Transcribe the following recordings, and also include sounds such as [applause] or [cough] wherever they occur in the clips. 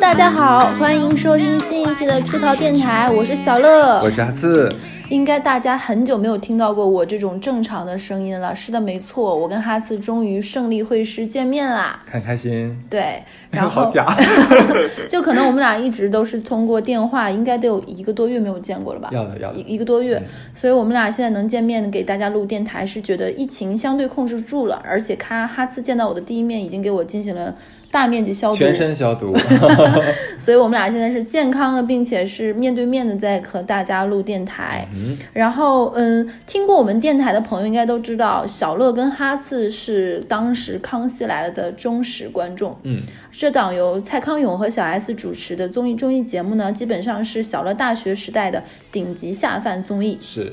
大家好，欢迎收听新一期的出逃电台，我是小乐，我是阿次。应该大家很久没有听到过我这种正常的声音了。是的，没错，我跟哈斯终于胜利会师见面啦。很开心，对，然后 [laughs] 好假，就可能我们俩一直都是通过电话，应该得有一个多月没有见过了吧？要的要的一一个多月嗯，所以我们俩现在能见面给大家录电台，是觉得疫情相对控制住了，而且咔哈次见到我的第一面已经给我进行了大面积消毒，全身消 [laughs] 毒，所以我们俩现在是健康的，并且是面对面的在和大家录电台。嗯，然后，嗯，听过我们电台的朋友应该都知道，小乐跟哈四是当时《康熙来了》的忠实观众。嗯，这档由蔡康永和小 S 主持的综艺综艺节目呢，基本上是小乐大学时代的顶级下饭综艺，是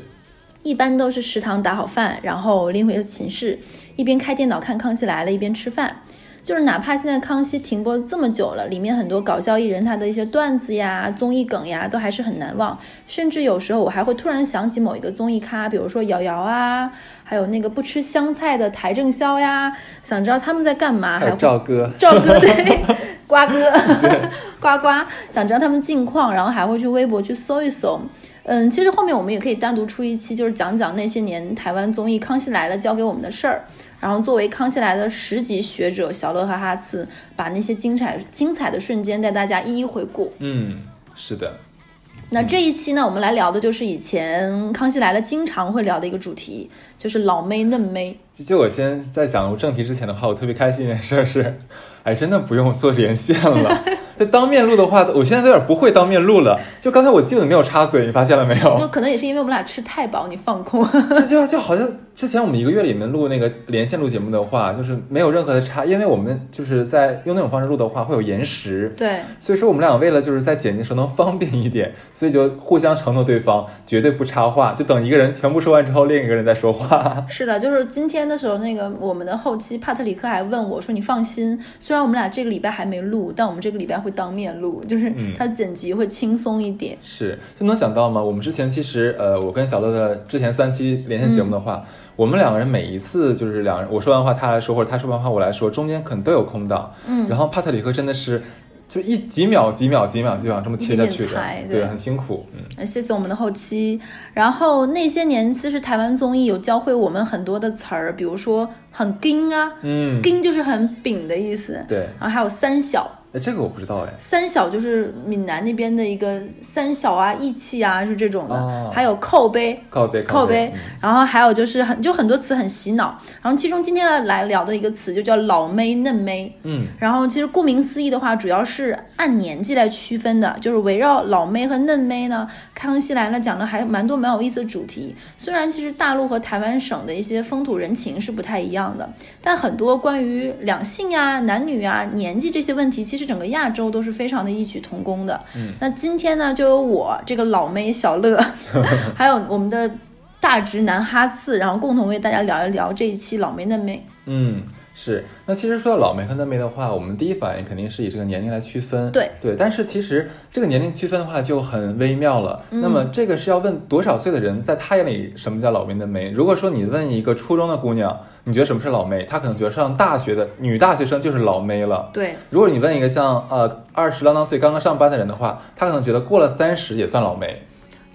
一般都是食堂打好饭，然后拎回寝室，一边开电脑看《康熙来了》，一边吃饭。就是哪怕现在《康熙》停播这么久了，里面很多搞笑艺人他的一些段子呀、综艺梗呀，都还是很难忘。甚至有时候我还会突然想起某一个综艺咖，比如说瑶瑶啊，还有那个不吃香菜的邰正宵呀，想知道他们在干嘛，还还有会赵哥，赵哥对，瓜哥呱呱，想知道他们近况，然后还会去微博去搜一搜。嗯，其实后面我们也可以单独出一期，就是讲讲那些年台湾综艺《康熙来了》教给我们的事儿。然后作为《康熙来了》十级学者，小乐和哈次把那些精彩精彩的瞬间带大家一一回顾。嗯，是的，那这一期呢，我们来聊的就是以前《康熙来了》经常会聊的一个主题，就是老妹嫩妹。其实我先在讲正题之前的话，我特别开心一件事儿是， [laughs] 哎，真的不用做连线 [laughs] 了。那当面录的话，我现在有点不会当面录了。就刚才我基本没有插嘴，你发现了没那有？可能也是因为我们俩吃太饱，你放空。 [laughs] 这 [laughs] 就就好像之前我们一个月里面录那个连线录节目的话，就是没有任何的插，因为我们就是在用那种方式录的话会有延时，对，所以说我们俩为了就是在剪辑时候能方便一点， [laughs] 所以就互相承诺对方绝对不插话，就等一个人全部说完之后，另一个人再说话。 [laughs] 是的，就是今天的时候，那个我们的后期帕特里克还问我说：“你放心，虽然我们俩这个礼拜还没录，但我们这个礼拜会当面录，就是嗯它剪辑会轻松一点。是，就能想到吗？我们之前其实，呃，我跟小乐的之前三期连线节目的话，嗯我们两个人每一次就是两人我说完话他来说，或者他说完话我来说，中间可能都有空档。嗯然后帕特里克真的是就一几秒几秒几秒几秒这么切下去一点的点裁，对对，很辛苦。嗯，呃谢谢我们的后期。然后那些年，其实台湾综艺有教会我们很多的词儿，比如说很硬啊，嗯硬就是很饼的意思。对然后还有三小。哎，这个我不知道哎。三小就是闽南那边的一个三小啊、义气啊，是这种的。哦还有扣杯，靠背靠背背，，然后还有就是很就很多词很洗脑，然后其中今天来来聊的一个词就叫老妹嫩妹，嗯，然后其实顾名思义的话，主要是按年纪来区分的，就是围绕老妹和嫩妹呢，《康熙来了》讲了还蛮多蛮有意思的主题。虽然其实大陆和台湾省的一些风土人情是不太一样的，但很多关于两性啊、男女啊、年纪这些问题，其实整个亚洲都是非常的异曲同工的。嗯，那今天呢，就由我这个老妹小乐，还有我们的大直男哈次，然后共同为大家聊一聊这一期老妹嫩妹。嗯，是。那其实说到老梅和嫩梅的话，我们第一反应肯定是以这个年龄来区分。对对，但是其实这个年龄区分的话就很微妙了。那么这个是要问多少岁的人，在他眼里什么叫老梅嫩梅？如果说你问一个初中的姑娘，你觉得什么是老梅？她可能觉得上大学的女大学生就是老梅了。对，如果你问一个像呃二十郎当岁刚刚上班的人的话，他可能觉得过了三十也算老梅。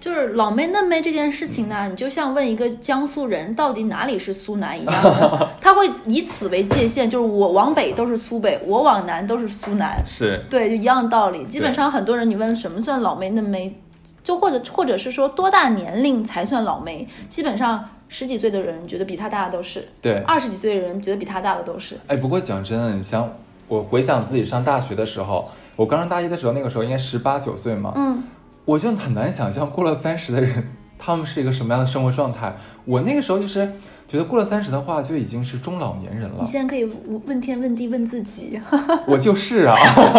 就是老妹嫩妹这件事情呢，你就像问一个江苏人到底哪里是苏南一样 [laughs] 的，他会以此为界限，就是我往北都是苏北，我往南都是苏南，是，对，就一样的道理。基本上很多人你问什么算老妹嫩妹，就或者或者是说多大年龄才算老妹，基本上十几岁的人觉得比他大的都是，对。二十几岁的人觉得比他大的都是。哎，不过讲真的，你想，我回想自己上大学的时候，我刚上大一的时候，那个时候应该十八九岁嘛，嗯，我就很难想象过了三十的人，他们是一个什么样的生活状态。我那个时候就是觉得过了三十的话，就已经是中老年人 [laughs] 了你。现在可以问天问地问自己。我就是啊， [laughs]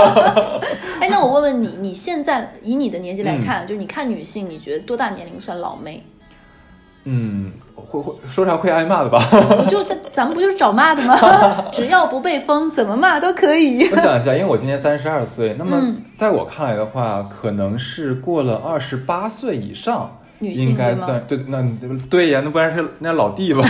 哎，那我问问你，你现在以你的年纪来看，就是你看女性，你觉得多大年龄算老妹？嗯，会会说啥会挨骂的吧？我就这，咱们不就是找骂的吗？ [laughs] 只要不被封，怎么骂都可以。 [laughs] 我想一下，因为我今年三十二岁，那么嗯在我看来的话，可能是过了二十八岁以上，女性应该对吗算对，那对呀，那不然是那老弟吧？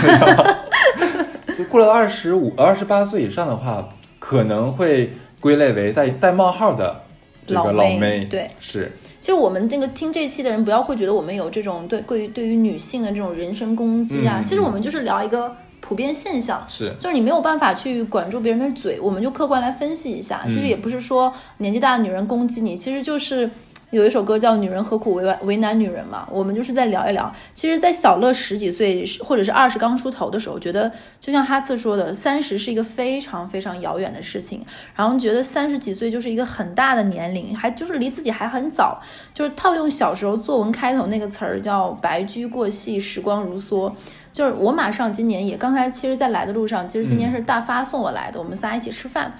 [laughs] 就过了二十五、二十八岁以上的话，可能会归类为带带冒号的这个老老妹妹，对，是其实我们这个听这期的人，不要会觉得我们有这种对对于对于女性的这种人身攻击啊。嗯其实我们就是聊一个普遍现象，是，就是你没有办法去管住别人的嘴，我们就客观来分析一下。嗯其实也不是说年纪大的女人攻击你，其实就是。有一首歌叫《女人何苦为难为难女人》嘛，我们就是在聊一聊。其实，在小乐十几岁或者是二十刚出头的时候，觉得就像哈次说的，三十是一个非常非常遥远的事情，然后觉得三十几岁就是一个很大的年龄，还就是离自己还很早。就是套用小时候作文开头那个词儿叫“白驹过隙，时光如梭”。就是我马上今年也刚才，其实在来的路上，其实今天是大发送我来的，我们仨一起吃饭。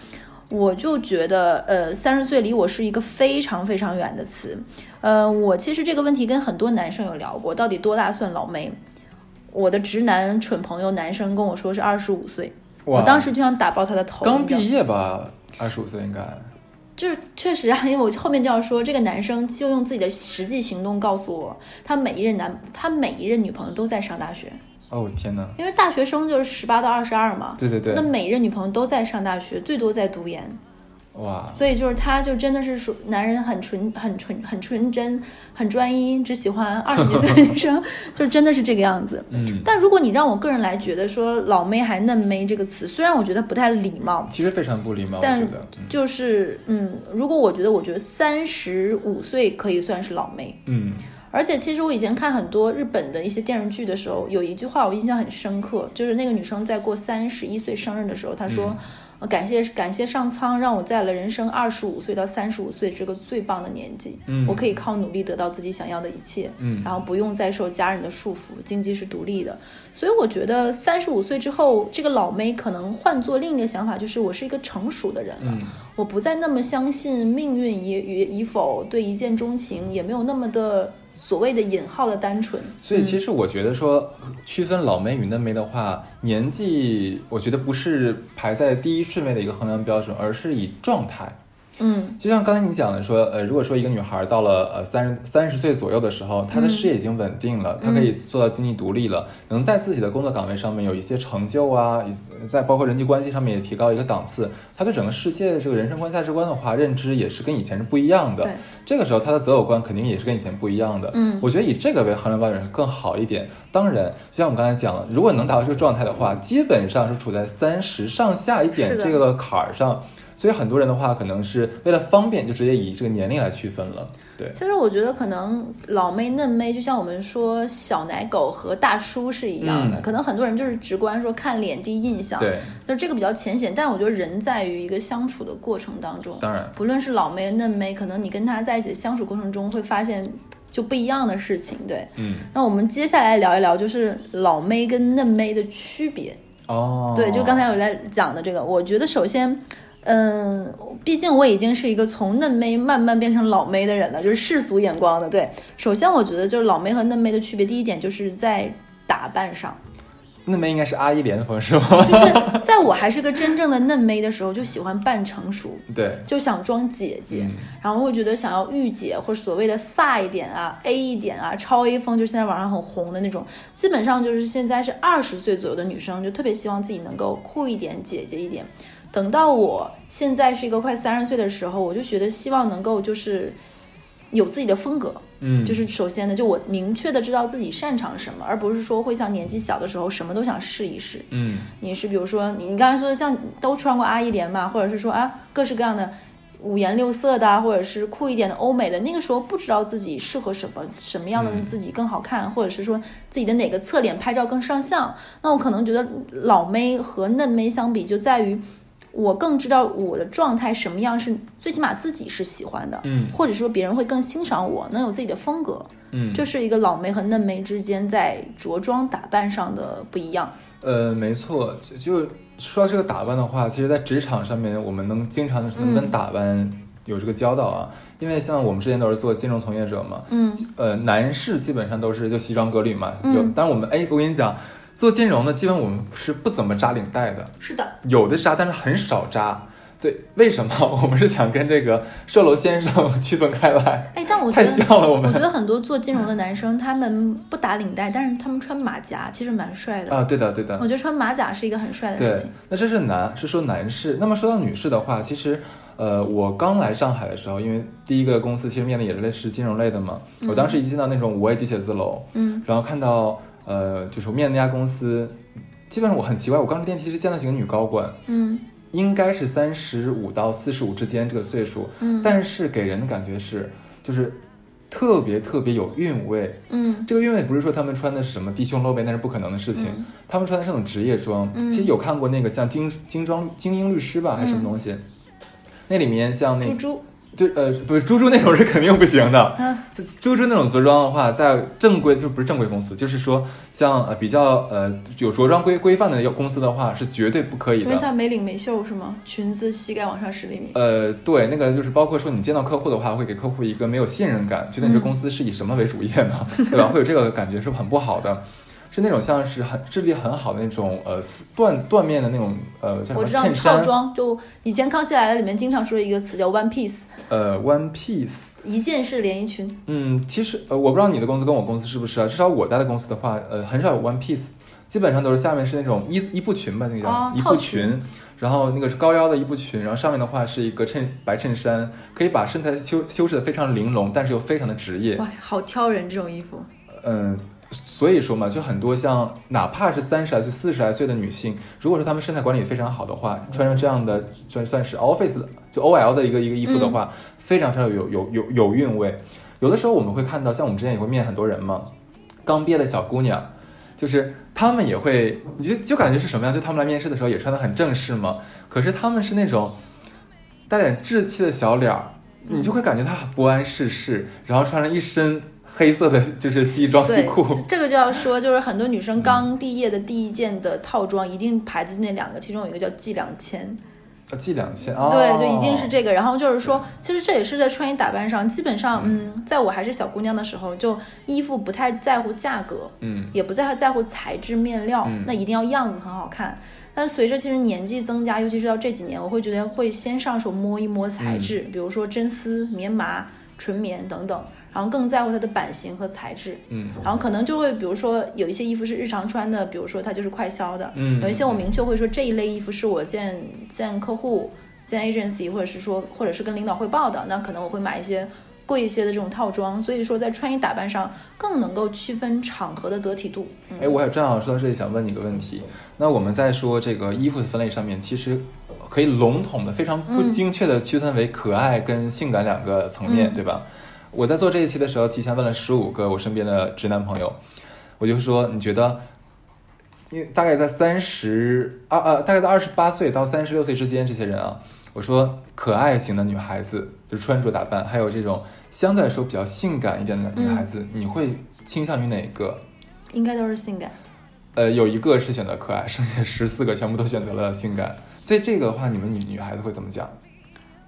我就觉得，呃，三十岁离我是一个非常非常远的词。呃，我其实这个问题跟很多男生有聊过，到底多大算老妹？我的直男蠢朋友男生跟我说是二十五岁，哇我当时就想打爆他的头。刚你知道吗毕业吧，二十五岁应该，就是确实啊，因为我后面就要说，这个男生就用自己的实际行动告诉我，他每一任男，他每一任女朋友都在上大学，哦天哪，因为大学生就是十八到二十二嘛。对对对那每一任女朋友都在上大学，最多在读研，哇，所以就是他，就真的是说男人很纯、很纯、很纯真、很专一，只喜欢二十几岁的女生， [laughs] 就真的是这个样子。嗯，但如果你让我个人来觉得说“老妹”还“嫩妹”这个词，虽然我觉得不太礼貌，其实非常不礼貌，我但觉得，嗯就是嗯，如果我觉得，我觉得三十五岁可以算是老妹。嗯，而且其实我以前看很多日本的一些电视剧的时候，有一句话我印象很深刻，就是那个女生在过三十一岁生日的时候，她嗯说：“呃感谢感谢上苍，让我在了人生二十五岁到三十五岁这个最棒的年纪，嗯我可以靠努力得到自己想要的一切，嗯然后不用再受家人的束缚，经济是独立的。所以我觉得三十五岁之后，这个老妹可能换做另一个想法，就是我是一个成熟的人了。嗯我不再那么相信命运与与与否，对一见钟情也没有那么的所谓的引号的单纯。所以其实我觉得说区分老妹与嫩妹的话，年纪我觉得不是排在第一顺位的一个衡量标准，而是以状态。嗯就像刚才你讲的说，呃，如果说一个女孩到了呃三十三十岁左右的时候，她的事业已经稳定了，她可以做到经济独立了，能在自己的工作岗位上面有一些成就啊，以在包括人际关系上面也提高一个档次，她对整个世界的这个人生观、价值观的话，认知也是跟以前是不一样的对。这个时候她的择偶观肯定也是跟以前不一样的。嗯我觉得以这个为衡量标准是更好一点。当然，就像我们刚才讲了，如果能达到这个状态的话，基本上是处在三十上下一点嗯是的这个坎儿上。所以很多人的话，可能是为了方便，就直接以这个年龄来区分了。对，其实我觉得可能老妹嫩妹，就像我们说小奶狗和大叔是一样的，嗯可能很多人就是直观说看脸第一印象，对，就这个比较浅显。但我觉得人在于一个相处的过程当中，当然，不论是老妹嫩妹，可能你跟他在一起相处过程中会发现就不一样的事情。对，嗯，那我们接下来聊一聊就是老妹跟嫩妹的区别。哦，对，就刚才我在讲的这个，我觉得首先，嗯，毕竟我已经是一个从嫩妹慢慢变成老妹的人了，就是世俗眼光的。对，首先我觉得就是老妹和嫩妹的区别，第一点就是在打扮上，那边应该是阿姨莲魂是吗？ [laughs] 就是在我还是个真正的嫩妹的时候，就喜欢扮成熟，对，就想装姐姐，嗯然后会觉得想要御姐或者所谓的飒一点啊、A 一点啊、超 A 风，就现在网上很红的那种。基本上就是现在是二十岁左右的女生，就特别希望自己能够酷一点、姐姐一点。等到我现在是一个快三十岁的时候，我就觉得希望能够就是有自己的风格，嗯，就是首先呢，就我明确的知道自己擅长什么，而不是说会像年纪小的时候什么都想试一试。嗯，你是比如说你你刚才说的像都穿过阿依莲嘛，或者是说啊各式各样的五颜六色的啊，或者是酷一点的欧美的，那个时候不知道自己适合什么什么样的嗯自己更好看，或者是说自己的哪个侧脸拍照更上相。那我可能觉得老妹和嫩妹相比，就在于。我更知道我的状态什么样是最起码自己是喜欢的，嗯或者说别人会更欣赏我，能有自己的风格，嗯，这是一个老妹和嫩妹之间在着装打扮上的不一样。呃，没错，就就说到这个打扮的话，其实，在职场上面，我们能经常能跟打扮有这个交道啊，因为像我们之前都是做金融从业者嘛，嗯，呃，男士基本上都是就西装革履嘛，嗯有，但是我们哎，我跟你讲，做金融的，基本我们是不怎么扎领带的，是的，有的扎，但是很少扎。对，为什么 [laughs] 我们是想跟这个售楼先生 [laughs] 区分开来？哎，但我觉太得，像了我我觉们得很多做金融的男生，他们不打领带，但是他们穿马甲，其实蛮帅的。啊，对的，对的我。觉得穿马甲是一个很帅的对事情。，那这是男，是说男士。那么说到女士的话，其实，呃，我刚来上海的时候，因为第一个公司其实面的也是类似金融类的嘛，我当时一进到那种五 A 级写字楼，嗯，然后看到呃，就是我面那家公司，基本上我很奇怪，我刚出电梯是见到几个女高管，嗯应该是三十五到四十五之间这个岁数，嗯但是给人的感觉是，就是特别特别有韵味，嗯这个韵味不是说他们穿的是什么低胸露背，那是不可能的事情。嗯他们穿的是那种职业装，嗯其实有看过那个像精精装精英律师吧，还是什么东西？那里面像那啊猪猪，对呃不是猪猪那种是肯定不行的。嗯这猪猪那种着装的话，在正规就不是正规公司，就是说像呃比较呃有着装规规范的公司的话，是绝对不可以因为的。它没领没袖是吗？裙子膝盖往上十厘米，呃，对，那个就是包括说你见到客户的话，会给客户一个没有信任感，觉得你这公司是以什么为主业呢？对吧？会有这个感觉是很不好的。是那种像是很质地很好的那种呃丝缎缎面的那种呃叫我知什么道衬套衫装，就以前《康熙来了》里面经常说的一个词叫 one piece，呃 one piece。一件式连衣裙。嗯，其实呃我不知道你的公司跟我公司是不是啊，至少我待的公司的话，呃很少有 one piece，基本上都是下面是那种一一步裙吧，那个叫、哦一套步裙裙，然后那个是高腰的一步裙，然后上面的话是一个衬白衬衫，可以把身材修修饰的非常玲珑，但是又非常的职业。哇，好挑人这种衣服。嗯，所以说嘛，就很多像哪怕是三十来岁、四十来岁的女性，如果说她们身材管理非常好的话，穿上这样的算算是 office 的就 OL 的一个一个衣服的话，非常非常有有有有韵味。有的时候我们会看到，像我们之前也会面很多人嘛，刚毕业的小姑娘，就是她们也会，你就就感觉是什么样？就她们来面试的时候也穿得很正式嘛，可是她们是那种带点稚气的小脸儿，你就会感觉她很不谙世事，然后穿了一身黑色的就是西装西对裤，，这个就要说，就是很多女嗯生刚毕业的第一件的套装，一定牌子那两个，其中有一个叫 G 两千，啊，记两千啊，对，就一定是这个。然后就是说，其实这也是在穿衣打扮上，基本上，嗯，在我还是小姑娘的时候，就衣服不太在乎价格，嗯也不在乎在乎材质面料嗯，哦那一定要样子很好看。但随着其实年纪增加，尤其是到这几年，我会觉得会先上手摸一摸材质，嗯比如说真丝、棉麻、纯棉等等，然后更在乎它的版型和材质。嗯然后可能就会，比如说有一些衣服是日常穿的，比如说它就是快消的，嗯有一些我明确会说这一类衣服是我见见客户、见 agency，或者是说或者是跟领导汇报的，那可能我会买一些贵一些的这种套装，所以说在穿衣打扮上更能够区分场合的得体度。嗯哎，我也正好说到这里，想问你个问题。那我们在说这个衣服的分类上面，其实可以笼统的、非常不精确的区分为可爱跟性感两个层面，嗯对吧？我在做这一期的时候，提前问了十五个我身边的直男朋友，我就说你觉得，因为大概在三十二呃，大概在二十八岁到三十六岁之间，这些人啊，我说可爱型的女孩子，就穿着打扮，还有这种相对来说比较性感一点的嗯女孩子，你会倾向于哪一个？应该都是性感。呃，有一个是选择可爱，剩下十四个全部都选择了性感。所以这个的话，你们女女孩子会怎么讲？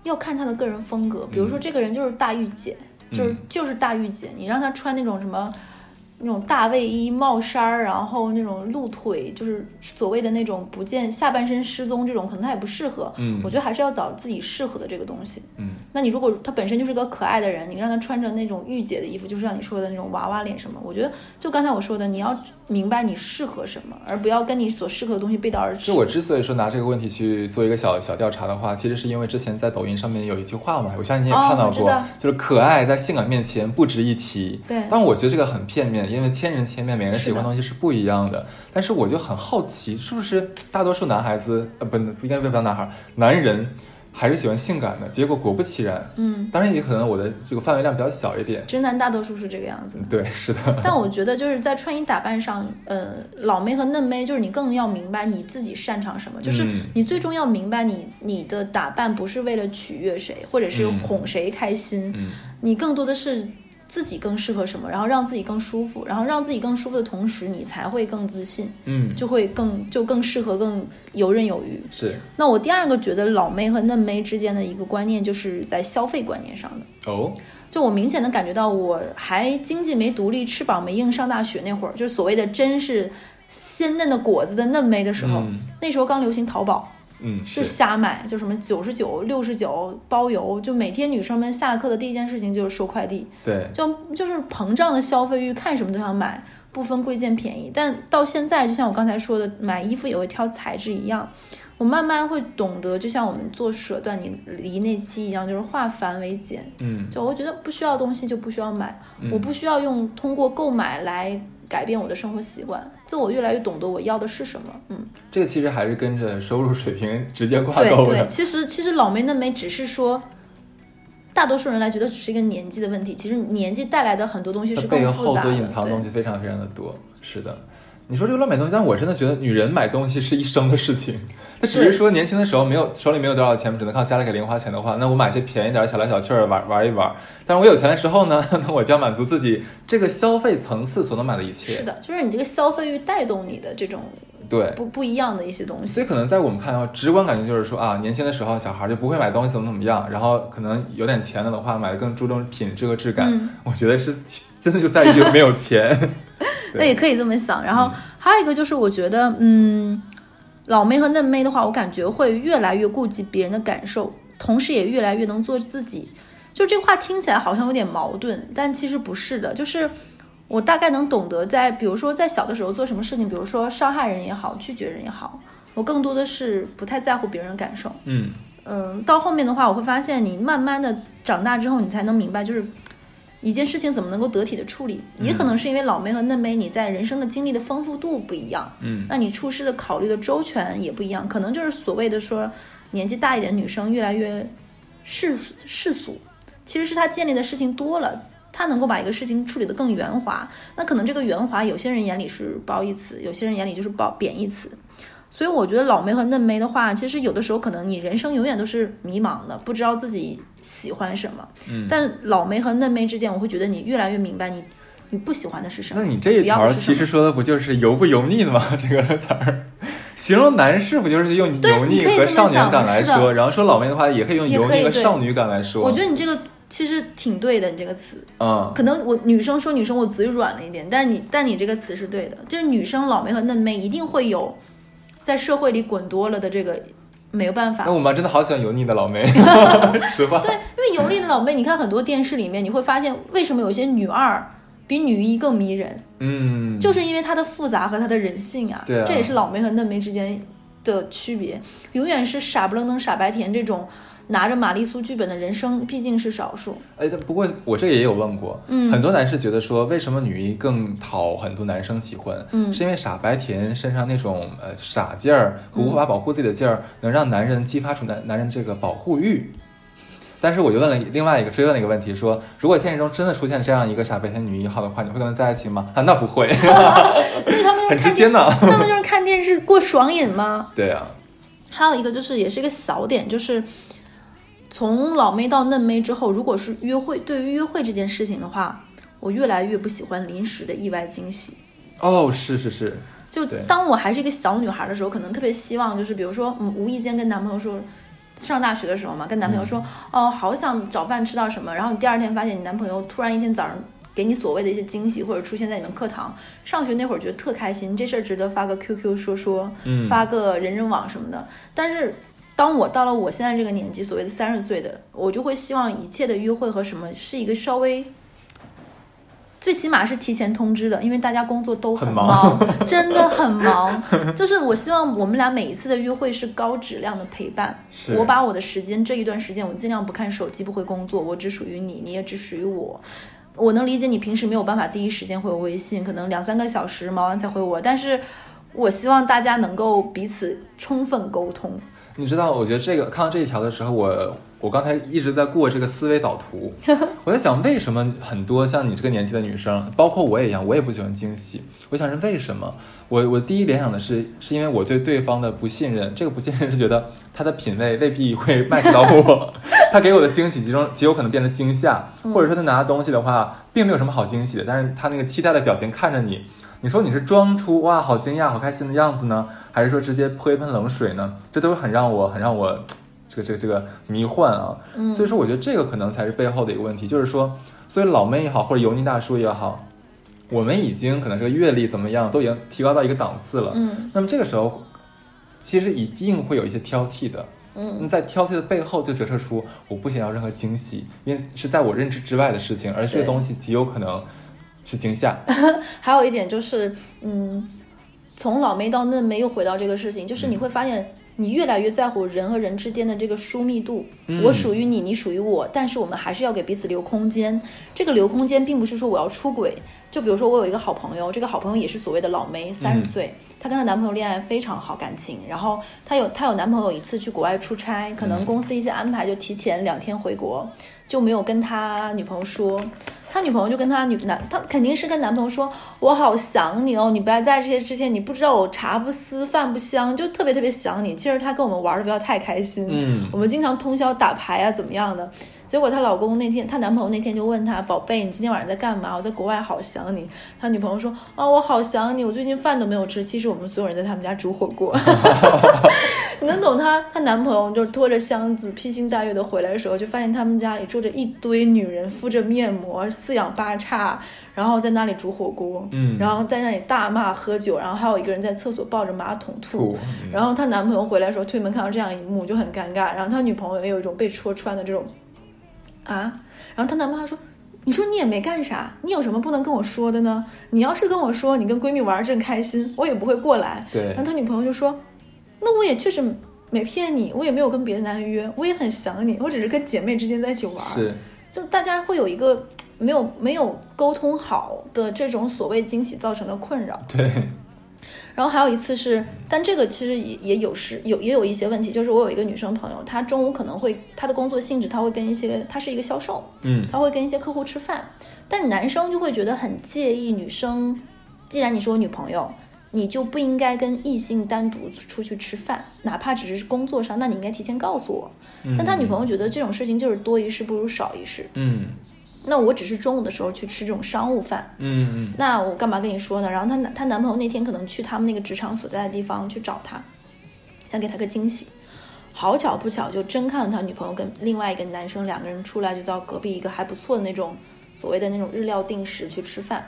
要看他的个人风格，比如说这个人就是大御姐，就是嗯就是大御姐，你让他穿那种什么。那种大卫衣、帽衫儿，然后那种露腿，就是所谓的那种不见下半身失踪这种，可能他也不适合。嗯我觉得还是要找自己适合的这个东西。嗯，那你如果他本身就是个可爱的人，你让他穿着那种御姐的衣服，就是像你说的那种娃娃脸什么，我觉得就刚才我说的，你要明白你适合什么，而不要跟你所适合的东西背道而驰就。我之所以说拿这个问题去做一个小小调查的话，其实是因为之前在抖音上面有一句话嘛，我相信你也哦看到我知过，道就是可爱在性感面前不值一提。对但我觉得这个很片面，因为千人千面，每个人是喜欢的的东西是不一样的。但是我就很好奇，是不是大多数男孩子，呃，不，不应该不叫男孩，男人还是喜欢性感的？结果果不其然，嗯，当然也可能我的这个范围量比较小一点。直男大多数是这个样子的。对，是的。 [laughs] 但我觉得就是在穿衣打扮上，呃，老妹和嫩妹，就是你更要明白你自己擅长什么，就是嗯你最终要明白你你的打扮不是为了取悦谁，或者是嗯哄谁开心，嗯你更多的是自己更适合什么，然后让自己更舒服，然后让自己更舒服的同时，你才会更自信，嗯，就会更就更适合更游刃有余。是那我第二个觉得老妹和嫩妹之间的一个观念，就是在消费观念上的。哦，就我明显的感觉到，我还经济没独立，翅膀没硬，上大学那会儿，就是所谓的真是鲜嫩的果子的嫩妹的时候，嗯那时候刚流行淘宝，嗯就瞎买，就什么九十九、六十九包邮，就每天女生们下课的第一件事情就是收快递，对，就就是膨胀的消费欲，看什么都想买，不分贵贱便宜。但到现在，就像我刚才说的，买衣服也会挑材质一样。我慢慢会懂得，就像我们做舍断你离那期一样，就是化繁为简。嗯就我觉得不需要东西就不需要买，嗯我不需要用通过购买来改变我的生活习惯。就我越来越懂得我要的是什么。嗯，这个其实还是跟着收入水平直接挂对钩对， [laughs] 的。其实其实老梅嫩梅只是说，大多数人来觉得只是一个年纪的问题，其实年纪带来的很多东西它是背更复后杂所的。隐藏的东对，西非常非常的多。是的，你说这个乱买东西，但我真的觉得女人买东西是一生的事情。她只是对说年轻的时候没有手里没有多少钱，只能靠家里给零花钱的话，那我买些便宜点儿小来小去儿玩玩一玩。但是我有钱的时候呢， [laughs] 那我就要满足自己这个消费层次所能买的一切。是的，就是你这个消费欲带动你的这种对，不不一样的一些东所西。以可能在我们看到直观感觉就是说啊，年轻的时候小孩就不会买东西怎么怎么样，然后可能有点钱了的话，买的更注重品质和质感。嗯 [laughs] 我觉得是真的就在于有没有钱。对那也可以这么想。然后还有一个就是，我觉得，嗯，老妹和嫩妹的话，我感觉会越来越顾及别人的感受，同时也越来越能做自己。就这话听起来好像有点矛盾，但其实不是的。就是我大概能懂得在，比如说在小的时候做什么事情，比如说伤害人也好，拒绝人也好，我更多的是不太在乎别人的感受。嗯，嗯，到后面的话，我会发现你慢慢的长大之后，你才能明白，就是一件事情怎么能够得体的处理。也可能是因为老妹和嫩妹，你在人生的经历的丰富度不一样，嗯，那你处事的考虑的周全也不一样。可能就是所谓的说，年纪大一点的女生越来越世世俗，其实是她建立的事情多了。她能够把一个事情处理得更圆滑，那可能这个圆滑，有些人眼里是褒义词，有些人眼里就是褒贬义词。所以我觉得老梅和嫩梅的话，其实有的时候可能你人生永远都是迷茫的，不知道自己喜欢什么。嗯但老梅和嫩梅之间，我会觉得你越来越明白你你不喜欢的是什么。那你这一条儿其实说的不就是油不油腻的吗？ [laughs] 这个词儿，形容男士不就是用对油你腻可以和这么少年想感来是的说，然后说老妹的话也可以用也油可以腻和对少女感来说。我觉得你这个其实挺对的，你这个词。嗯，可能我女生说女生我嘴软了一点，但你但你这个词是对的，就是女生老梅和嫩妹一定会有在社会里滚多了的这个没有办法哎那。我妈真的好喜欢油腻的老妹， [laughs] [laughs] 实话。对，因为油腻的老妹，你看很多电视里面，你会发现为什么有些女二比女一更迷人，嗯，就是因为它的复杂和它的人性啊。对啊这也是老梅和嫩梅之间的区别，永远是傻不愣登、傻白甜这种拿着玛丽苏剧本的人生，毕竟是少数。哎，但不过我这个也有问过，嗯很多男士觉得说，为什么女一更讨很多男生喜欢？嗯是因为傻白甜身上那种呃傻劲儿和嗯无法保护自己的劲儿，能让男人激发出男男人这个保护欲。但是我就问了另外一个追问了一个问题，说如果现实中真的出现这样一个傻白甜女一号的话，你会跟她在一起吗？啊，那不会，哦所以他们就 [laughs] 是很直看接电，呢。 [laughs] 他们就是看电视过爽瘾吗？对啊，还有一个就是，也是一个小点，就是从老妹到嫩妹之后，如果是约会，对于约会这件事情的话，我越来越不喜欢临时的意外惊喜。哦，是是是，就对当我还是一个小女孩的时候，可能特别希望就是，比如说，嗯，无意间跟男朋友说，上大学的时候嘛，跟嗯男朋友说，哦，好想找饭吃到什么，然后你第二天发现你男朋友突然一天早上给你所谓的一些惊喜，或者出现在你们课堂。上学那会儿觉得特开心，这事儿值得发个 QQ 说说，嗯，发个人人网什么的。但是当我到了我现在这个年纪，所谓的三十岁的，我就会希望一切的约会和什么是一个稍微。最起码是提前通知的，因为大家工作都很忙，忙 [laughs] 真的很忙。就是我希望我们俩每一次的约会是高质量的陪伴。是我把我的时间这一段时间，我尽量不看手机，不回工作，我只属于你，你也只属于我。我能理解你平时没有办法第一时间回我微信，可能两三个小时忙完才回我，但是我希望大家能够彼此充分沟通。你知道，我觉得这个看到这一条的时候，我我刚才一直在过这个思维导图，我在想为什么很多像你这个年纪的女生，包括我也一样，我也不喜欢惊喜。我想是为什么？我我第一联想的是，是因为我对对方的不信任。这个不信任是觉得他的品味未必会 [laughs] match 到我，他给我的惊喜极中极有可能变成惊吓，或者说他拿东西的话，并没有什么好惊喜的，但是他那个期待的表情看着你。你说你是装出哇好惊讶好开心的样子呢，还是说直接泼一盆冷水呢？这都是很让我很让我这个这个这个迷幻啊。嗯所以说我觉得这个可能才是背后的一个问题，就是说，所以老妹也好，或者油腻大叔也好，我们已经可能这个阅历怎么样，都已经提高到一个档次了。嗯那么这个时候，其实一定会有一些挑剔的。嗯，那在挑剔的背后，就折射出我不想要任何惊喜，因为是在我认知之外的事情，而这对个东西极有可能是 [laughs] 惊吓。还有一点就是，嗯，从老妹到嫩妹又回到这个事情，就是你会发现你越来越在乎人和人之间的这个疏密度。我属于你，你属于我，但是我们还是要给彼此留空间。这个留空间，并不是说我要出轨。就比如说，我有一个好朋友，这个好朋友也是所谓的老梅，三十岁，她跟她男朋友恋爱非常好，感情。然后她有她有男朋友一次去国外出差，可能公司一些安排就提前两天回国，就没有跟她女朋友说。她女朋友就跟她女男，她肯定是跟男朋友说：“我好想你哦，你不要在这些之前，你不知道我茶不思饭不香，就特别特别想你。”其实她跟我们玩的不要太开心，嗯我们经常通宵打牌啊，怎么样的？结果她老公那天，她男朋友那天就问她：“宝贝，你今天晚上在干嘛？我在国外好想你。”她女朋友说：“啊，我好想你，我最近饭都没有吃。”其实我们所有人在他们家煮火锅。 [laughs] 你能懂她？她男朋友就拖着箱子披星戴月的回来的时候，就发现他们家里住着一堆女人，敷着面膜，四仰八叉，然后在那里煮火锅，嗯然后在那里大骂喝酒，然后还有一个人在厕所抱着马桶吐吐。嗯然后她男朋友回来的时候推门看到这样一幕就很尴尬，然后她女朋友也有一种被戳穿的这种啊，然后她男朋友说。你说你也没干啥，你有什么不能跟我说的呢？你要是跟我说你跟闺蜜玩儿正开心，我也不会过来。对然后他女朋友就说：“那我也确实没骗你，我也没有跟别的男人约，我也很想你，我只是跟姐妹之间在一起玩儿。是，就大家会有一个没有没有沟通好的这种所谓惊喜造成的困扰。对，然后还有一次是，但这个其实也也有是有也有一些问题，就是我有一个女生朋友，她中午可能会她的工作性质，她会跟一些她是一个销售，嗯，她会跟一些客户吃饭，但男生就会觉得很介意女生，既然你是我女朋友。你就不应该跟异性单独出去吃饭，哪怕只是工作上，那你应该提前告诉我。但他女朋友觉得这种事情就是多一事不如少一事，嗯那我只是中午的时候去吃这种商务饭，嗯那我干嘛跟你说呢？然后她男她男朋友那天可能去他们那个职场所在的地方去找她，想给她个惊喜。好巧不巧，就真看到他女朋友跟另外一个男生两个人出来，就到隔壁一个还不错的那种所谓的那种日料定食去吃饭。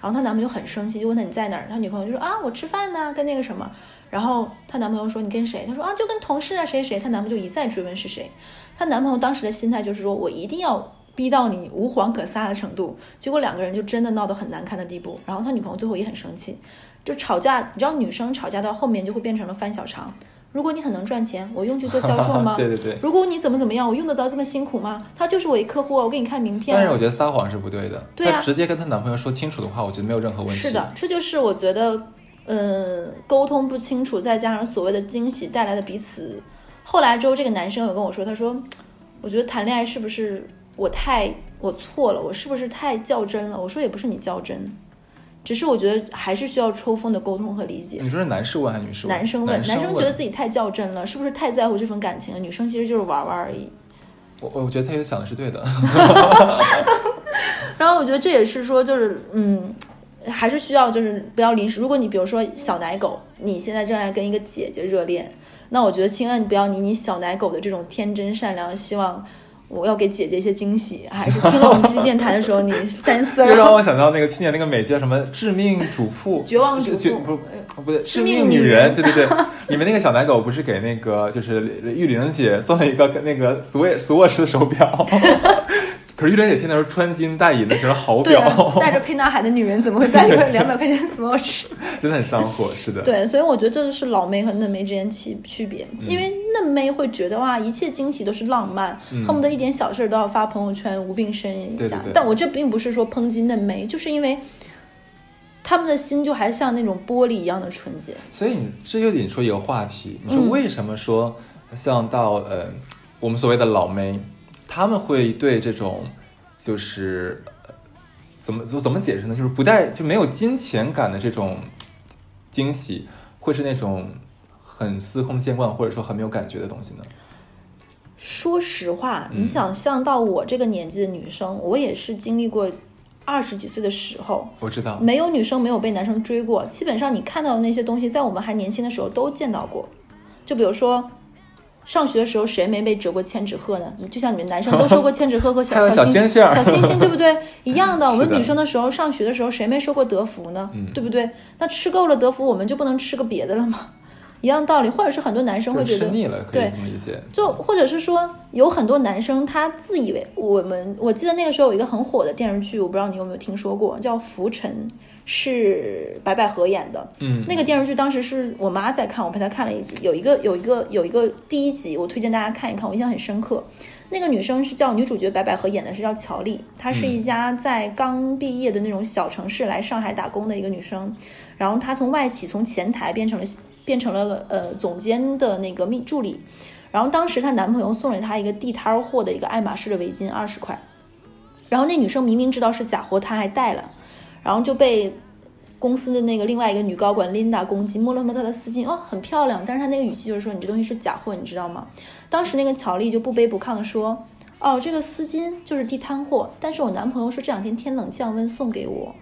然后她男朋友就很生气，就问她你在哪儿？她女朋友就说啊，我吃饭呢、跟那个什么。然后她男朋友说你跟谁？她说啊，就跟同事啊，谁谁谁。她男朋友就一再追问是谁。她男朋友当时的心态就是说我一定要逼到你无谎可撒的程度。结果两个人就真的闹得很难堪的地步。然后她女朋友最后也很生气，就吵架。你知道女生吵架到后面就会变成了翻小肠。如果你很能赚钱，我用去做嗯，销售吗？ [laughs] 对对对。如果你怎么怎么样，我用得着这么辛苦吗？他就是我一客户啊，我给你看名片啊。但是我觉得撒谎是不对的。对啊她直接跟她男朋友说清楚的话，我觉得没有任何问题。是的，，这就是我觉得，呃，沟通不清楚，再加上所谓的惊喜带来的彼此。后来之后，这个男生有跟我说，他说，我觉得谈恋爱是不是我太我错了，我是不是太较真了？我说也不是你较真，只是我觉得还是需要抽风的沟通和理解。你说是男士问还嗯是女士问？男生问，男男生觉得自己，己太较真了，是不是太在乎这份感情了？女生其实就是玩玩而已。我我觉得他也想的是对的。然后我觉得这也是说，就是嗯，还是需要就是不要临时。如果你比如说小奶狗，你现在正在跟一个姐姐热恋，那我觉得千万不要你你小奶狗的这种天真善良，希望我要给姐姐一些惊喜，还是听到我们这期电台的时候，你三思又而让后。我想到那个去年那个美剧叫什么《致命主妇》 [laughs] 绝望主妇呃绝不不对，《致命命女女人》对对对，里面那个小奶狗不是给那个就是玉玲姐送了一个那个索尔索沃什的手表， [laughs] 可是玉玲姐天天都是穿金戴银的，全是好对啊，表，带着沛纳海的女人怎么会带一个两百块钱的 Swatch？ [laughs] 真的很上火，是的，对，所以我觉得这就是老妹和嫩妹之间区区别，因嗯为嫩妹会觉得哇，一切惊喜都是浪漫，恨不得一点小事儿都要发朋友圈无病呻吟一对下。对对但我这并不是说抨击嫩妹，就是因为他们的心就还像那种玻璃一样的纯洁。所以你这就引出一个话题，你说嗯为什么说像到呃我们所谓的老妹，他们会对这种就是呃怎么怎么解释呢？就是不带就没有金钱感的这种惊喜，会是那种很司空见惯或者说很没有感觉的东西呢？说实话，嗯你想象到我这个年纪的女生，我也是经历过二十几岁的时候，我知道，没有女生没有被男生追过，基本上你看到的那些东西，在我们还年轻的时候都见到过。就比如说，上学的时候谁没被折过千纸鹤呢？就像你们男生都收过千纸鹤和小 [laughs] 还有小星星星儿小星星，对不 [laughs] 对？一样的，我是们的女生的时候上学的时候谁没收过德芙呢嗯？对不对？那吃够了德芙，我们就不能吃个别的了吗？一样道理，或者是很多男生会觉吃得腻了，可以对这么理解。就或者是说，有很多男生他自以为我们，我记得那个时候有一个很火的电视剧，我不知道你有没有听说过，叫《浮沉》，是白百合演的。嗯，那个电视剧当时是我妈在看，我陪她看了一集，有一个有一个有一个第一集，我推荐大家看一看，我印象很深刻。那个女生是叫女主角白百合演的是叫乔丽，她是一家在刚毕业的那种小城市来上海打工的一个女生，然后她从外企从前台变成了变成了呃总监的那个秘助理，然后当时她男朋友送给她一个地摊儿货的一个爱马仕的围巾二十块，然后那女生明明知道是假货，她还戴了，然后就被公司的那个另外一个女高管 Linda 攻击，摸了摸她的丝巾，哦，很漂亮，但是她那个语气就是说你这东西是假货，你知道吗？当时那个乔丽就不卑不亢地说，哦，这个丝巾就是地摊货，但是我男朋友说这两天天冷降温送给我。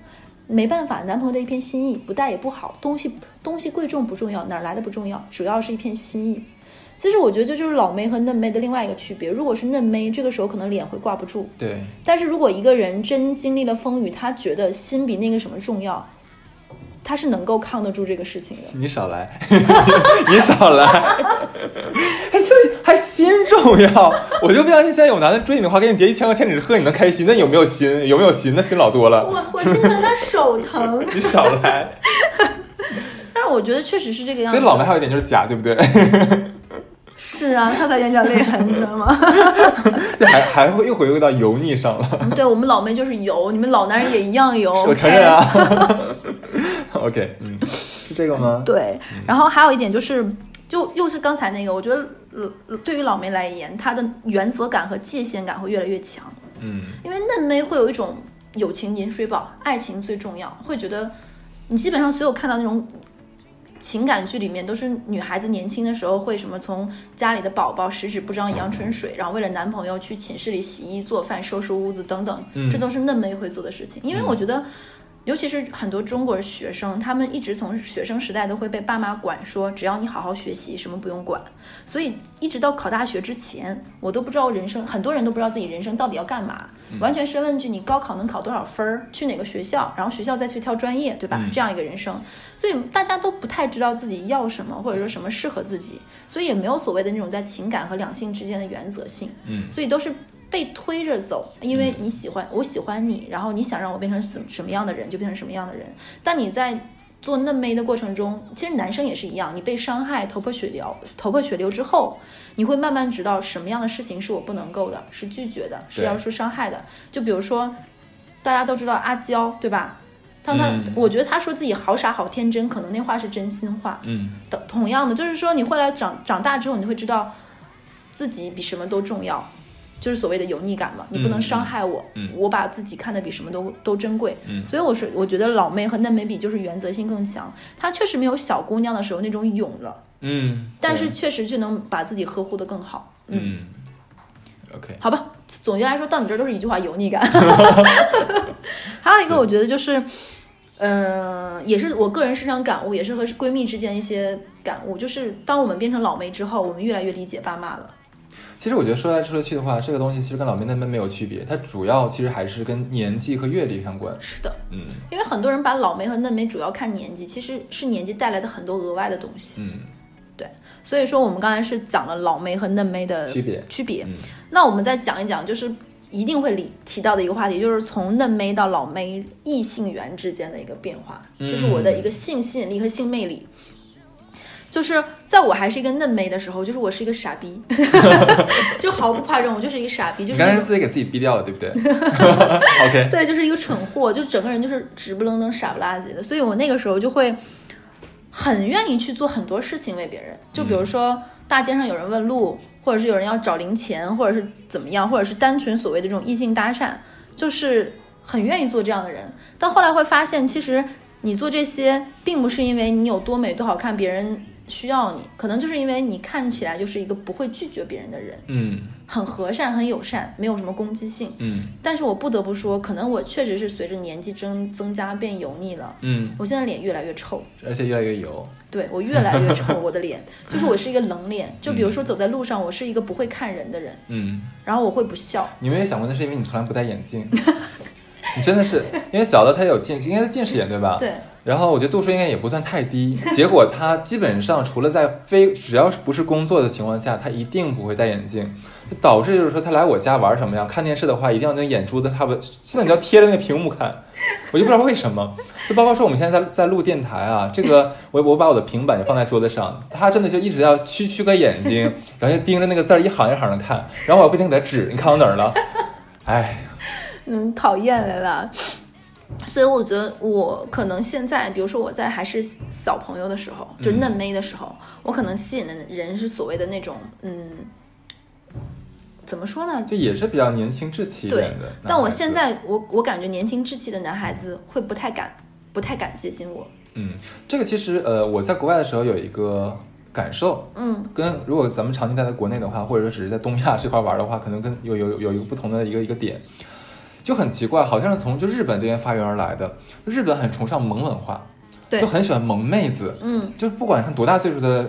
没办法，男朋友的一片心意，不带也不好。东西东西贵重不重要，哪儿来的不重要，主要是一片心意。其实我觉得这就是老妹和嫩妹的另外一个区别。如果是嫩妹，这个时候可能脸会挂不住，对，但是如果一个人真经历了风雨，他觉得心比那个什么重要，他是能够抗得住这个事情的。你少来， [laughs] 你少来，还心还心重要。我就不相信现在有男的追你的话，给你叠一千块钱，你是喝你能开心？那有没有心？有没有心？那心老多了。我我心疼他手疼， [laughs] 你少来。但是我觉得确实是这个样所子。以老白还有一点就是假，对不 [laughs] 对？是啊，擦擦眼角泪痕，你知道 [laughs] 吗？还还会又回归到油腻上了。对我们老妹就是油，你们老男人也一样油。我承认啊。OK，嗯，是这个吗？对，然后还有一点就是，就又是刚才那个，我觉得呃，对于老梅来言，她的原则感和界限感会越来越强，嗯，因为嫩妹会有一种友情饮水饱，爱情最重要，会觉得你基本上所有看到那种。情感剧里面都是女孩子年轻的时候会什么从家里的宝宝十指不沾阳春水，然后为了男朋友去寝室里洗衣做饭、收拾屋子等等，嗯这都是嫩妹会做的事情。因为我觉得尤其是很多中国学生，他们一直从学生时代都会被爸妈管说，只要你好好学习，什么不用管。所以一直到考大学之前，我都不知道人生，很多人都不知道自己人生到底要干嘛，完全是问句你高考能考多少分儿，去哪个学校，然后学校再去挑专业，对吧？嗯这样一个人生，所以大家都不太知道自己要什么，或者说什么适合自己，所以也没有所谓的那种在情感和两性之间的原则性。嗯所以都是被推着走，因为你喜欢，我喜欢你，然后你想让我变成什什么样的人，就变成什么样的人。但你在做嫩妹的过程中，其实男生也是一样，你被伤害、头破血流、头破血流之后，你会慢慢知道什么样的事情是我不能够的，是拒绝的，是要说伤害的。就比如说，大家都知道阿娇，对吧？当他，嗯我觉得他说自己好傻好天真，可能那话是真心话，嗯，同同样的，就是说你后来长长大之后，你会知道自己比什么都重要，就是所谓的油腻感嘛。你不能伤害我，嗯嗯我把自己看得比什么都都珍贵。嗯所以我是我觉得老妹和嫩妹比就是原则性更强，她确实没有小姑娘的时候那种勇了，嗯，但是对确实就能把自己呵护得更好。嗯，嗯，OK，好吧，总结来说到你这儿都是一句话油 [laughs] 腻感。还有一个我觉得就是，嗯、也是我个人身上感悟，也是和闺蜜之间一些感悟，就是当我们变成老妹之后，我们越来越理解爸妈了。其实我觉得说来说去的话，这个东西其实跟老妹嫩妹没有区别，它主要其实还是跟年纪和阅历相关。是的，嗯因为很多人把老妹和嫩妹主要看年纪，其实是年纪带来的很多额外的东西。嗯，所以说我们刚才是讲了老妹和嫩妹的区别区别，嗯那我们再讲一讲，就是一定会理提到的一个话题，就是从嫩妹到老妹异性缘之间的一个变化，嗯就是我的一个性吸引力和性魅力。就是在我还是一个嫩妹的时候，就是我是一个傻逼， [laughs] 就毫不夸张，我就是一个傻逼，就你是刚那才是种自己给自己逼掉了，对 [laughs] 不对？OK，对，就是一个蠢货，就整个人就是直不愣登、傻不拉几的。所以我那个时候就会很愿意去做很多事情为别人，就比如说大街上有人问路，或者是有人要找零钱，或者是怎么样，或者是单纯所谓的这种异性搭讪，就是很愿意做这样的人。但后来会发现，其实你做这些并不是因为你有多美多好看，别人需要你，可能就是因为你看起来就是一个不会拒绝别人的人，嗯很和善、很友善，没有什么攻击性。嗯但是我不得不说，可能我确实是随着年纪增增加变油腻了。嗯，我现在脸越来越臭，而且越来越油。对我越来越臭，我的脸就是我是一个冷脸。就比如说走在路上，我是一个不会看人的人，嗯，然后我会不笑。你没有想过那是因 [laughs] 为你从来不戴眼镜。你真的是，因为小的他有近，应该是近视眼对吧？对。然后我觉得度数应该也不算太 [laughs] 低，结果他基本上除了在非只要是不是工作的情况下，他一定不会戴眼镜，就导致就是说他来我家玩什么呀，看电视的话一定要那眼珠子差不多，基本就要贴着那个屏 [laughs] 幕看，我就不知道为什么。就包括说我们现在在在录电台啊，这个我我把我的平板就放在桌子上，他真的就一直要屈曲个 [laughs] 眼睛，然后就盯着那个字儿一行一行的看，然后我不停地给他指，你看到哪儿了？哎，嗯，讨厌来了。所以我觉得我可能现在，比如说我在还是小朋友的时候，就嫩妹的时候，我可能吸引的人是所谓的那种，嗯，怎么说呢？就也是比较年轻稚气一对点的。，但我现，在我我感觉年轻稚气的男孩子会不太敢，不太敢接近我。嗯，这个其实呃，我在国外的时候有一个感受，嗯跟如果咱们长期待在国内的话，或者说只是在东亚这块玩的话，可能跟有有有一个不同的一个一个点，就很奇怪，好像是从就日本这边发源而来的。日本很崇尚萌文化，对就很喜欢萌妹子，嗯，就是不管看多大岁数的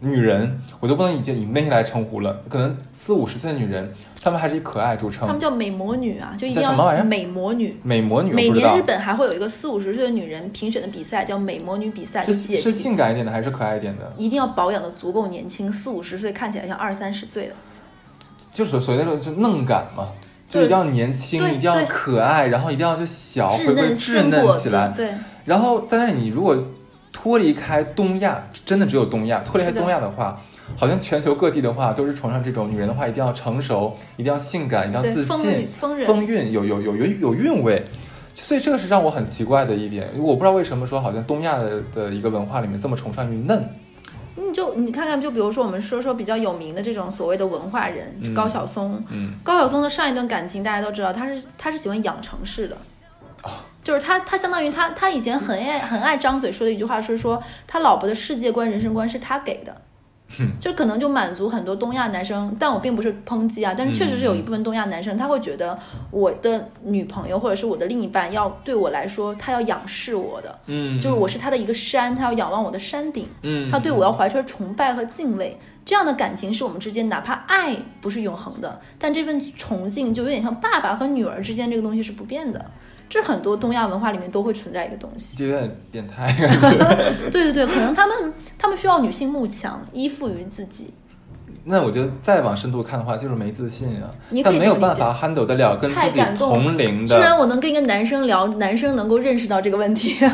女人，我都不能以以妹来称呼了，可能四五十岁的女人，她们还是以可爱著他们称，叫美魔女啊，就一叫定什么玩意要儿美魔女。美魔女，每我不知年道日本还会有一个四五十岁的女人评选的比赛，叫美魔女比赛，就是姐姐是性感一点的还是可爱一点的？一定要保养的足够年轻，四五十岁看起来像二三十岁的。就是所所谓的就是嫩感嘛，就对一定要年轻，对一定要对可爱，然后一定要就小，稚回归嫩稚鲜嫩果起子来，。对，然后，但是你如果脱离开东亚，真的只有东亚，脱离开是的东亚的话，好像全球各地的话都是崇尚这种女人的话，一定要成熟，一定要性感，一定要对自风信韵，风人风韵有有有有有韵味。所以这个是让我很奇怪的一点，我不知道为什么说好像东亚的的一个文化里面这么崇尚于嫩，你就你看看，就比如说我们说说比较有名的这种所谓的文化人，就嗯高晓松。嗯，高晓松的上一段感情大家都知道，他是他是喜欢养成式的。哦就是他，他相当于他，他以前很爱很爱张嘴说的一句话是说，他老婆的世界观、人生观是他给的，哼就可能就满足很多东亚男生。但我并不是抨击啊，但是确实是有一部分东亚男生，他会觉得我的女朋友或者是我的另一半要对我来说，他要仰视我的，嗯，就是我是他的一个山，他要仰望我的山顶。嗯，嗯，他对我要怀揣崇拜和敬畏。这样的感情是我们之间，哪怕爱不是永恒的，但这份崇敬就有点像爸爸和女儿之间这个东西是不变的。这很多东亚文化里面都会存在一个东 [laughs] 西。就有点变态感觉。对对对，可能他们他们需要女性慕强，依附于自己。那我觉得再往深度看的话，就是没自信啊你，可以但没有这么办理解法 handle 得了跟太自己感动了同居龄的。然我能跟一个男生聊，男生能够认识到这个问题。 [laughs]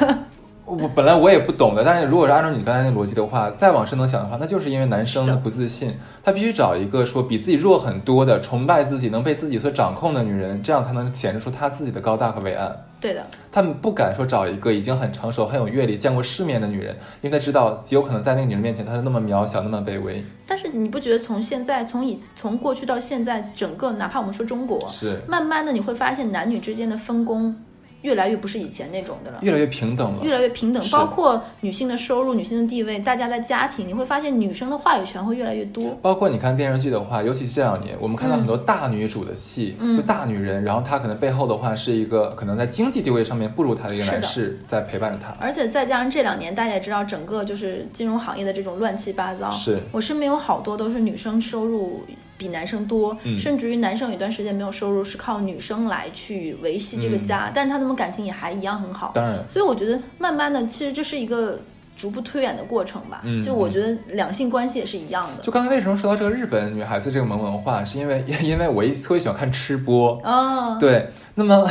我本来我也不懂的，但是如果是按照你刚才那逻辑的话，再往深能想的话，那就是因为男生是他的不自信，他必须找一个说比自己弱很多的、崇拜自己、能被自己所掌控的女人，这样才能显示出他自己的高大和伟岸。对的，他们不敢说找一个已经很成熟、很有阅历、见过世面的女人，因为他知道极有可能在那个女人面前，他是那么渺小、那么卑微。但是你不觉得从现在从以从过去到现在，整个哪怕我们说中国，是慢慢的你会发现男女之间的分工越来越不是以前那种的了。越来越平等了。越来越平等，是包括女性的收入、女性的地位，大家在家庭，你会发现女生的话语权会越来越多。包括你看电视剧的话，尤其是这两年，我们看到很多大女主的戏，嗯就大女人，然后她可能背后的话是一个可能在经济地位上面不如她的一个男士在陪伴着她。而且再加上这两年，大家也知道，整个就是金融行业的这种乱七八糟。是我身边有好多都是女生收入比男生多，嗯甚至于男生有一段时间没有收入，是靠女生来去维系这个家，但是他们感情也还一样很好。嗯当然，所以我觉得，慢慢的，其实这是一个逐步推演的过程吧。嗯其实我觉得两性关系也是一样的。就刚才为什么说到这个日本女孩子这个萌文化，是因为 [laughs] 因为我一特别喜欢看吃播。哦，对，那么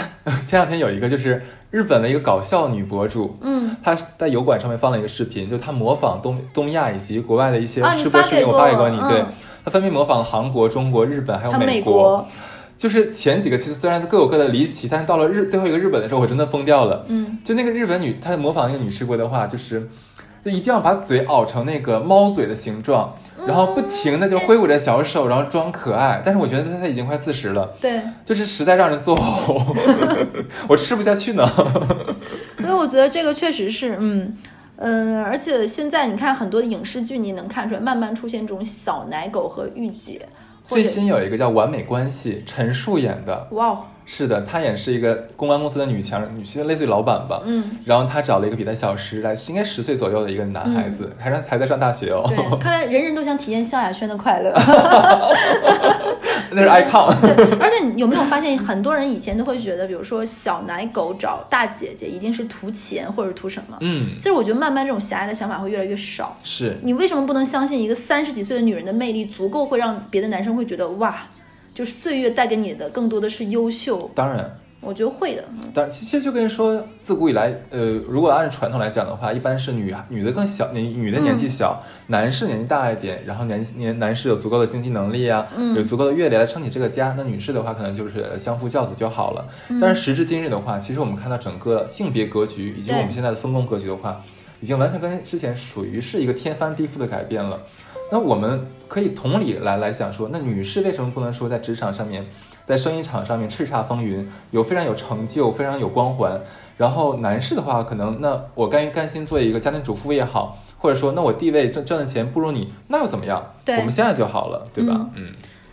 前两天有一个就是日本的一个搞笑女博主，嗯，她在油管上面放了一个视频，就她模仿东东亚以及国外的一些啊你吃播发视给频，我过发给我过你，对嗯，她分别模仿了韩国、中国、日本还有还有美国就是前几个其实虽然各有各的离奇，但是到了日最后一个日本的时候，我真的疯掉了。嗯，就那个日本女，她模仿那个女吃播的话，就是就一定要把嘴咬成那个猫嘴的形状，嗯然后不停的就挥舞着小手，然后装可爱。但是我觉得她她已经快四十了，对。就是实在让人 [laughs] 作呕，我吃不下去呢。所以我觉得这个确实是，嗯嗯，而且现在你看很多的影视剧，你能看出来慢慢出现这种小奶狗和御姐，或最者新有一个叫《完美关系》，陈数演的，哇哦，是的，她演是一个公关公司的女强，女性类似于老板吧。嗯，然后她找了一个比她小十来，应该十岁左右的一个男孩嗯子，还是才在上大学哦。对，看来人人都想体验萧亚轩的快乐， [laughs] 那是 icon。对，而且你有没有发现，很多人以前都会觉得，比如说小奶狗找大姐姐一定是图钱或者图什么。嗯，其实我觉得慢慢这种狭隘的想法会越来越少。是你为什么不能相信一个三十几岁的女人的魅力足够会让别的男生会觉得哇，就是岁月带给你的更多的是优秀？当然。我觉得会的，但其实就跟说，自古以来，呃，如果按传统来讲的话，一般是女女的更小，女女的年纪小，男士年纪大一点，然后年年男士有足够的经济能力啊，有足够的阅历来撑起这个家，那女士的话可能就是相夫教子就好了。但是时至今日的话，其实我们看到整个性别格局以及对我们现在的分工格局的话，已经完全跟之前属于是一个天翻地覆的改变了。那我们可以同理来来想说，那女士为什么不能说在职场上面，在生意场上面叱咤风云，有非常有成就，非常有光环？然后男士的话，可能那我甘于甘心做一个家庭主妇也好，或者说那我地位挣挣的钱不如你，那又怎么样？对我们现在就好了，对吧？嗯，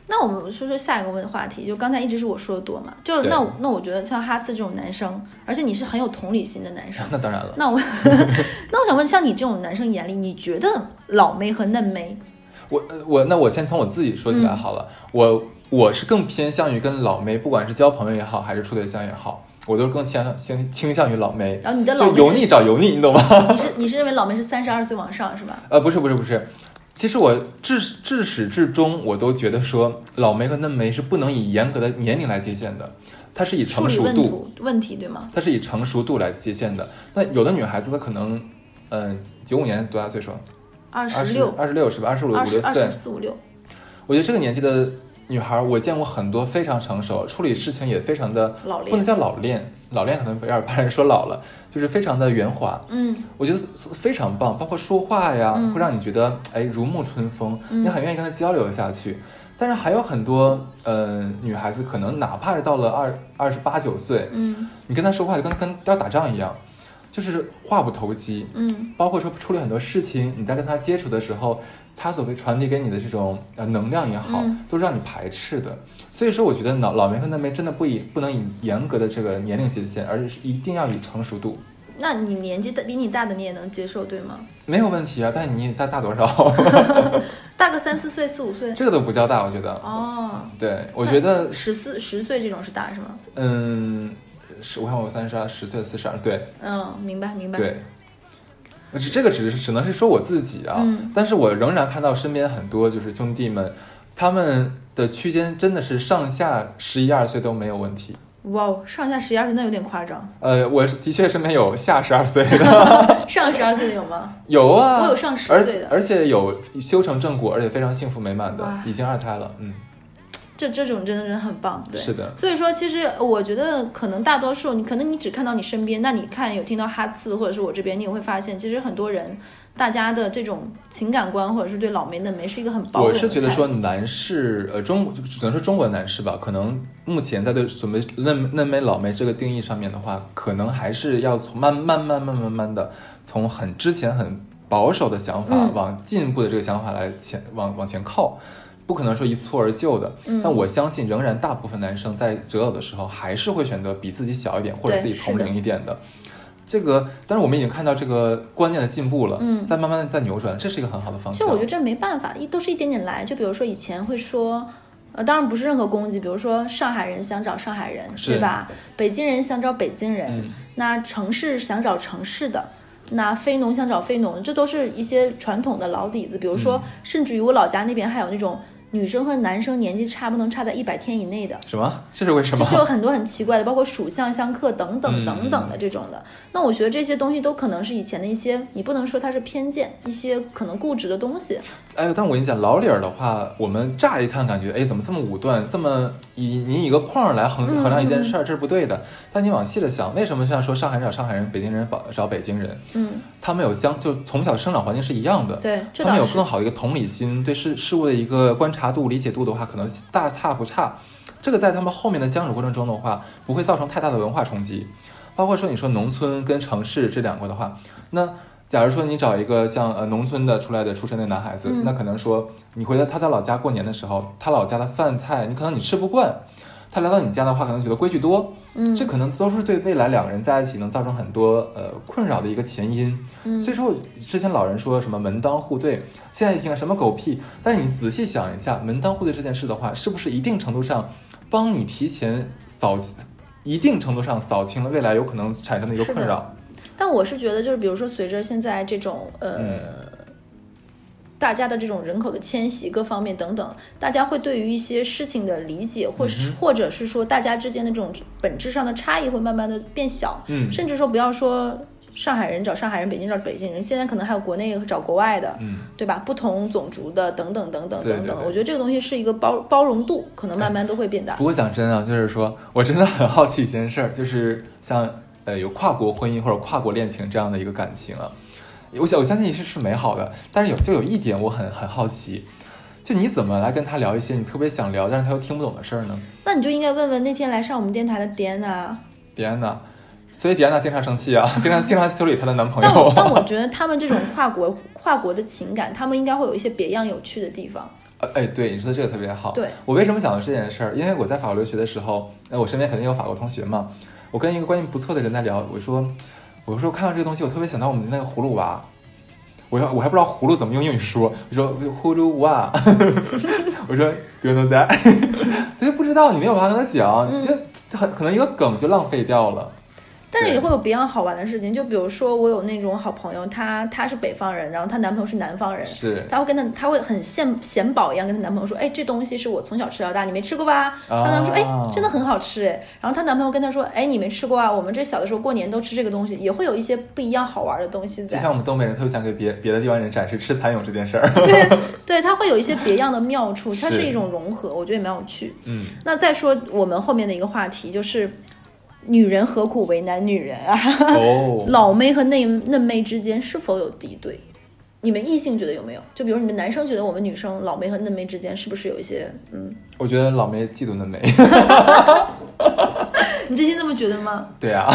那我们说说下一个问话题，就刚才一直是我说的多嘛，就是对，那我那我觉得像哈次这种男生，而且你是很有同理心的男生那当然了。那我 [laughs] 那我想问，像你这种男生眼里，你觉得老梅和嫩梅，我呃我那我先从我自己说起嗯来好了，我我是更偏向于跟老妹，不管是交朋友也好，还是处对象也好，我都是更倾向倾倾向于老妹。然后你的老就梅油是腻找油腻，你懂吗？你是你是认为老梅是三十二岁往上是吧？呃，不是不是不是，其实我至至始至终我都觉得说老梅和嫩梅是不能以严格的年龄来界限的，它是以处成理熟问度，题问题对吗？它是以成熟度来界限的。那有的女孩子她可能，嗯、九五年多大岁数？二十二十六、二十六是吧？二十五五二六十二十岁。四五六，我觉得这个年纪的女孩儿，我见过很多非常成熟，处理事情也非常的老不能练。叫老练，老练可能有点把人说老了，就是非常的圆滑。嗯，我觉得非常棒，包括说话呀，嗯会让你觉得哎如沐春风，嗯你很愿意跟他交流下去。但是还有很多呃女孩子，可能哪怕是到了二二十八九岁，嗯你跟她说话就跟跟要打仗一样，就是话不投机。嗯包括说处理很多事情，你在跟她接触的时候，她所谓传递给你的这种呃能量也好，嗯都是让你排斥的。所以说，我觉得老老梅和嫩梅真的不以不能以严格的这个年龄界限，而是一定要以成熟度。那你年纪大比你大的你也能接受对吗？没有问题啊，但你大大多少？ [laughs] 大个三四岁、四五岁这个都不叫大，我觉得。哦，对，我觉得，十四十岁这种是大是吗？嗯，十，我看我三十二，啊十岁四十二，对嗯，明白明白。对。只这个只是只能是说我自己啊，嗯但是我仍然看到身边很多就是兄弟们，他们的区间真的是上下十一二岁都没有问题。哇哦，上下十一二岁那有点夸 [laughs] 张，呃，我的确身边有下十二岁 [laughs] 的，上十二岁的有吗？有啊，我有上10而岁的而且有修成正果，而且非常幸福美满的哇，已经二胎了，嗯，这这种真的是很棒，对。是的，所以说，其实我觉得可能大多数你可能你只看到你身边，那你看有听到哈次或者是我这边，你也会发现，其实很多人大家的这种情感观或者是对老梅嫩梅是一个很包容我的态度。是觉得说男士，呃，中只能说中国男士吧，可能目前在对准备嫩嫩妹老妹这个定义上面的话，可能还是要从慢慢慢慢慢慢的从很之前很保守的想法、嗯往进一步的这个想法来前往往前靠。不可能说一蹴而就的，嗯但我相信仍然大部分男生在择偶的时候还是会选择比自己小一点或者对自己同是的龄一点的。这个，但是我们已经看到这个观念的进步了，嗯在慢慢的在扭转，这是一个很好的方向。其实我觉得这没办法，一都是一点点来。就比如说以前会说，呃，当然不是任何攻击，比如说上海人想找上海人，是对吧？北京人想找北京人，嗯那城市想找城市的。那非农想找非农的，这都是一些传统的老底子。比如说，嗯甚至于我老家那边还有那种女生和男生年纪差不能差在一百天以内的，什么？这是为什就么？就有很多很奇怪的，包括属相、相克等嗯等等等的这种的。那我觉得这些东西都可能是以前的一些，你不能说它是偏见，一些可能固执的东西。哎呦，但我跟你讲，老理儿的话，我们乍一看感觉，哎，怎么这么武断，这么以你以一个框儿来衡嗯衡量一件事儿，这是不对的。但你往细了想，为什么这样说？上海人找上海人，北京人找找北京人，嗯，他们有相，就从小生长环境是一样的。对，这呃他倒们有是更。好的一个同理心，对事事物的一个观察度、理解度的话，可能大差不差。这个在他们后面的相处过程中的话，不会造成太大的文化冲击。包括说你说农村跟城市这两个的话，那假如说你找一个像呃农村的出来的出身的男孩子，嗯那可能说你回到他在老家过年的时候，他老家的饭菜你可能你吃不惯，他来到你家的话，可能觉得规矩多，嗯这可能都是对未来两个人在一起能造成很多呃困扰的一个前因。所以说我之前老人说什么门当户对，现在一听什么狗屁，但是你仔细想一下，门当户对这件事的话，是不是一定程度上帮你提前扫，一定程度上扫清了未来有可能产生的一个是的困扰？但我是觉得，就是比如说，随着现在这种呃、嗯大家的这种人口的迁徙各方面等等，大家会对于一些事情的理解，或嗯是、或者是说大家之间的这种本质上的差异会慢慢的变小，嗯甚至说不要说上海人找上海人，北京找北京人，现在可能还有国内找国外的，嗯，对吧？不同种族的等等等等对等等，对对我觉得这个东西是一个包包容度，可能慢慢都会变大。不过讲真啊，就是说我真的很好奇一件事儿，就是像呃有跨国婚姻或者跨国恋情这样的一个感情啊，我想我相信是是美好的，但是有就有一点我很很好奇，就你怎么来跟他聊一些你特别想聊但是他又听不懂的事儿呢？那你就应该问问那天来上我们电台的啊迪安娜。迪安娜，所以迪安娜经常生气啊，经常经常修理她的男朋但我但友。我觉得他们这种跨国跨国的情感，他们应该会有一些别样有趣的地方。呃哎，对，你说的这个特别好。对，我为什么想到这件事儿？因为我在法国留学的时候，那我身边肯定有法国同学嘛，我跟一个关系不错的人在聊，我说，我说看到这个东西，我特别想到我们那个葫芦娃。我要我还不知道葫芦怎么用英语说，我说葫芦娃， [laughs] 我说丢牛 [laughs] 仔，他就不知道，你没有办法跟他讲，就就很可能一个梗就浪费掉了。但是也对会有别样好玩的事情，就比如说我有那种好朋友，她她是北方人，然后她男朋友是南方人，是，她会跟她她会很献献宝一样跟她男朋友说，哎，这东西是我从小吃到大，你没吃过吧？她啊男朋友说，哎，真的很好吃哎。然后她男朋友跟她说，哎，你没吃过啊？我们这小的时候过年都吃这个东西，也会有一些不一样好玩的东西就在。像我们东北人特别想给别别的地方人展示吃蚕蛹这件事儿。对对，它会有一些别样的妙处，它是是一种融合，我觉得也蛮有趣。嗯，那再说我们后面的一个话题，就是女人何苦为难女人啊？ [laughs] 哦，老妹和嫩嫩妹之间是否有敌对？你们异性觉得有没有？就比如你们男生觉得我们女生老妹和嫩妹之间是不是有一些嗯？我觉得老梅嫉妒嫩梅。 [laughs] 你真心这么觉得吗？对啊，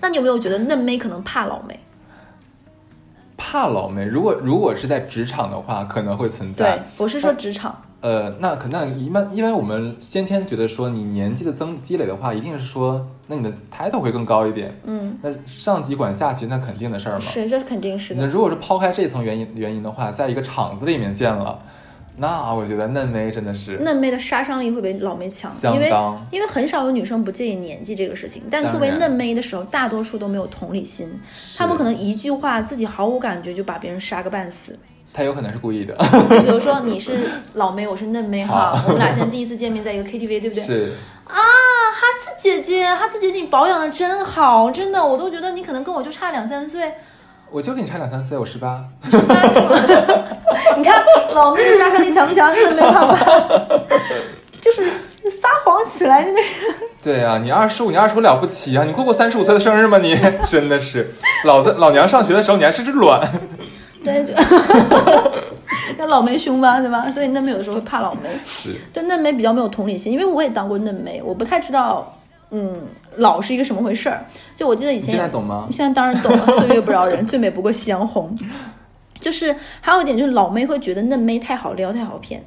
那你有没有觉得嫩妹可能怕老妹？怕老梅。如果如果是在职场的话，可能会存对在。，我是说职场，呃，那可那一般，因为我们先天觉得说你年纪的增积累的话，一定是说，那你的 title 会更高一点。嗯，那上级管下级，那肯定的事儿嘛。是，这是肯定是那的。如果是抛开这层原因原因的话，在一个厂子里面见了，那我觉得嫩梅真的是嫩妹的杀伤力会比老妹强，相因为当因为很少有女生不介意年纪这个事情，但当作为然嫩妹的时候，大多数都没有同理心，她们可能一句话自己毫无感觉就把别人杀个半死。他有可能是故意的，就比如说你是老妹，我是嫩妹哈，我们俩现在第一次见面在一个 KTV，对不对？ [laughs] 是哈子姐姐，哈子姐姐你保养的真好，真的，我都觉得你可能跟我就差两三岁，我就跟你差两三岁，我十八。是吧？是吧你看老妹的杀伤力强不强？嫩妹怕不怕？ [laughs] 就是撒谎起来那个。对啊，你二十五，你二十五了不起啊！你过过三十五岁的生日吗你？ [laughs] 真的是，老子老娘上学的时候你还是只卵。 [laughs] 对，就那老梅凶吧，对吧？所以嫩妹有的时候会怕老梅，是，对嫩妹比较没有同理心，因为我也当过嫩妹，我不太知道，嗯，老是一个什么回事儿。就我记得以你前现有在懂吗？现在当然 [laughs] 懂了，岁月不饶人，最美不过夕阳红。就是还有一点就是老妹会觉得嫩妹太好撩太好骗，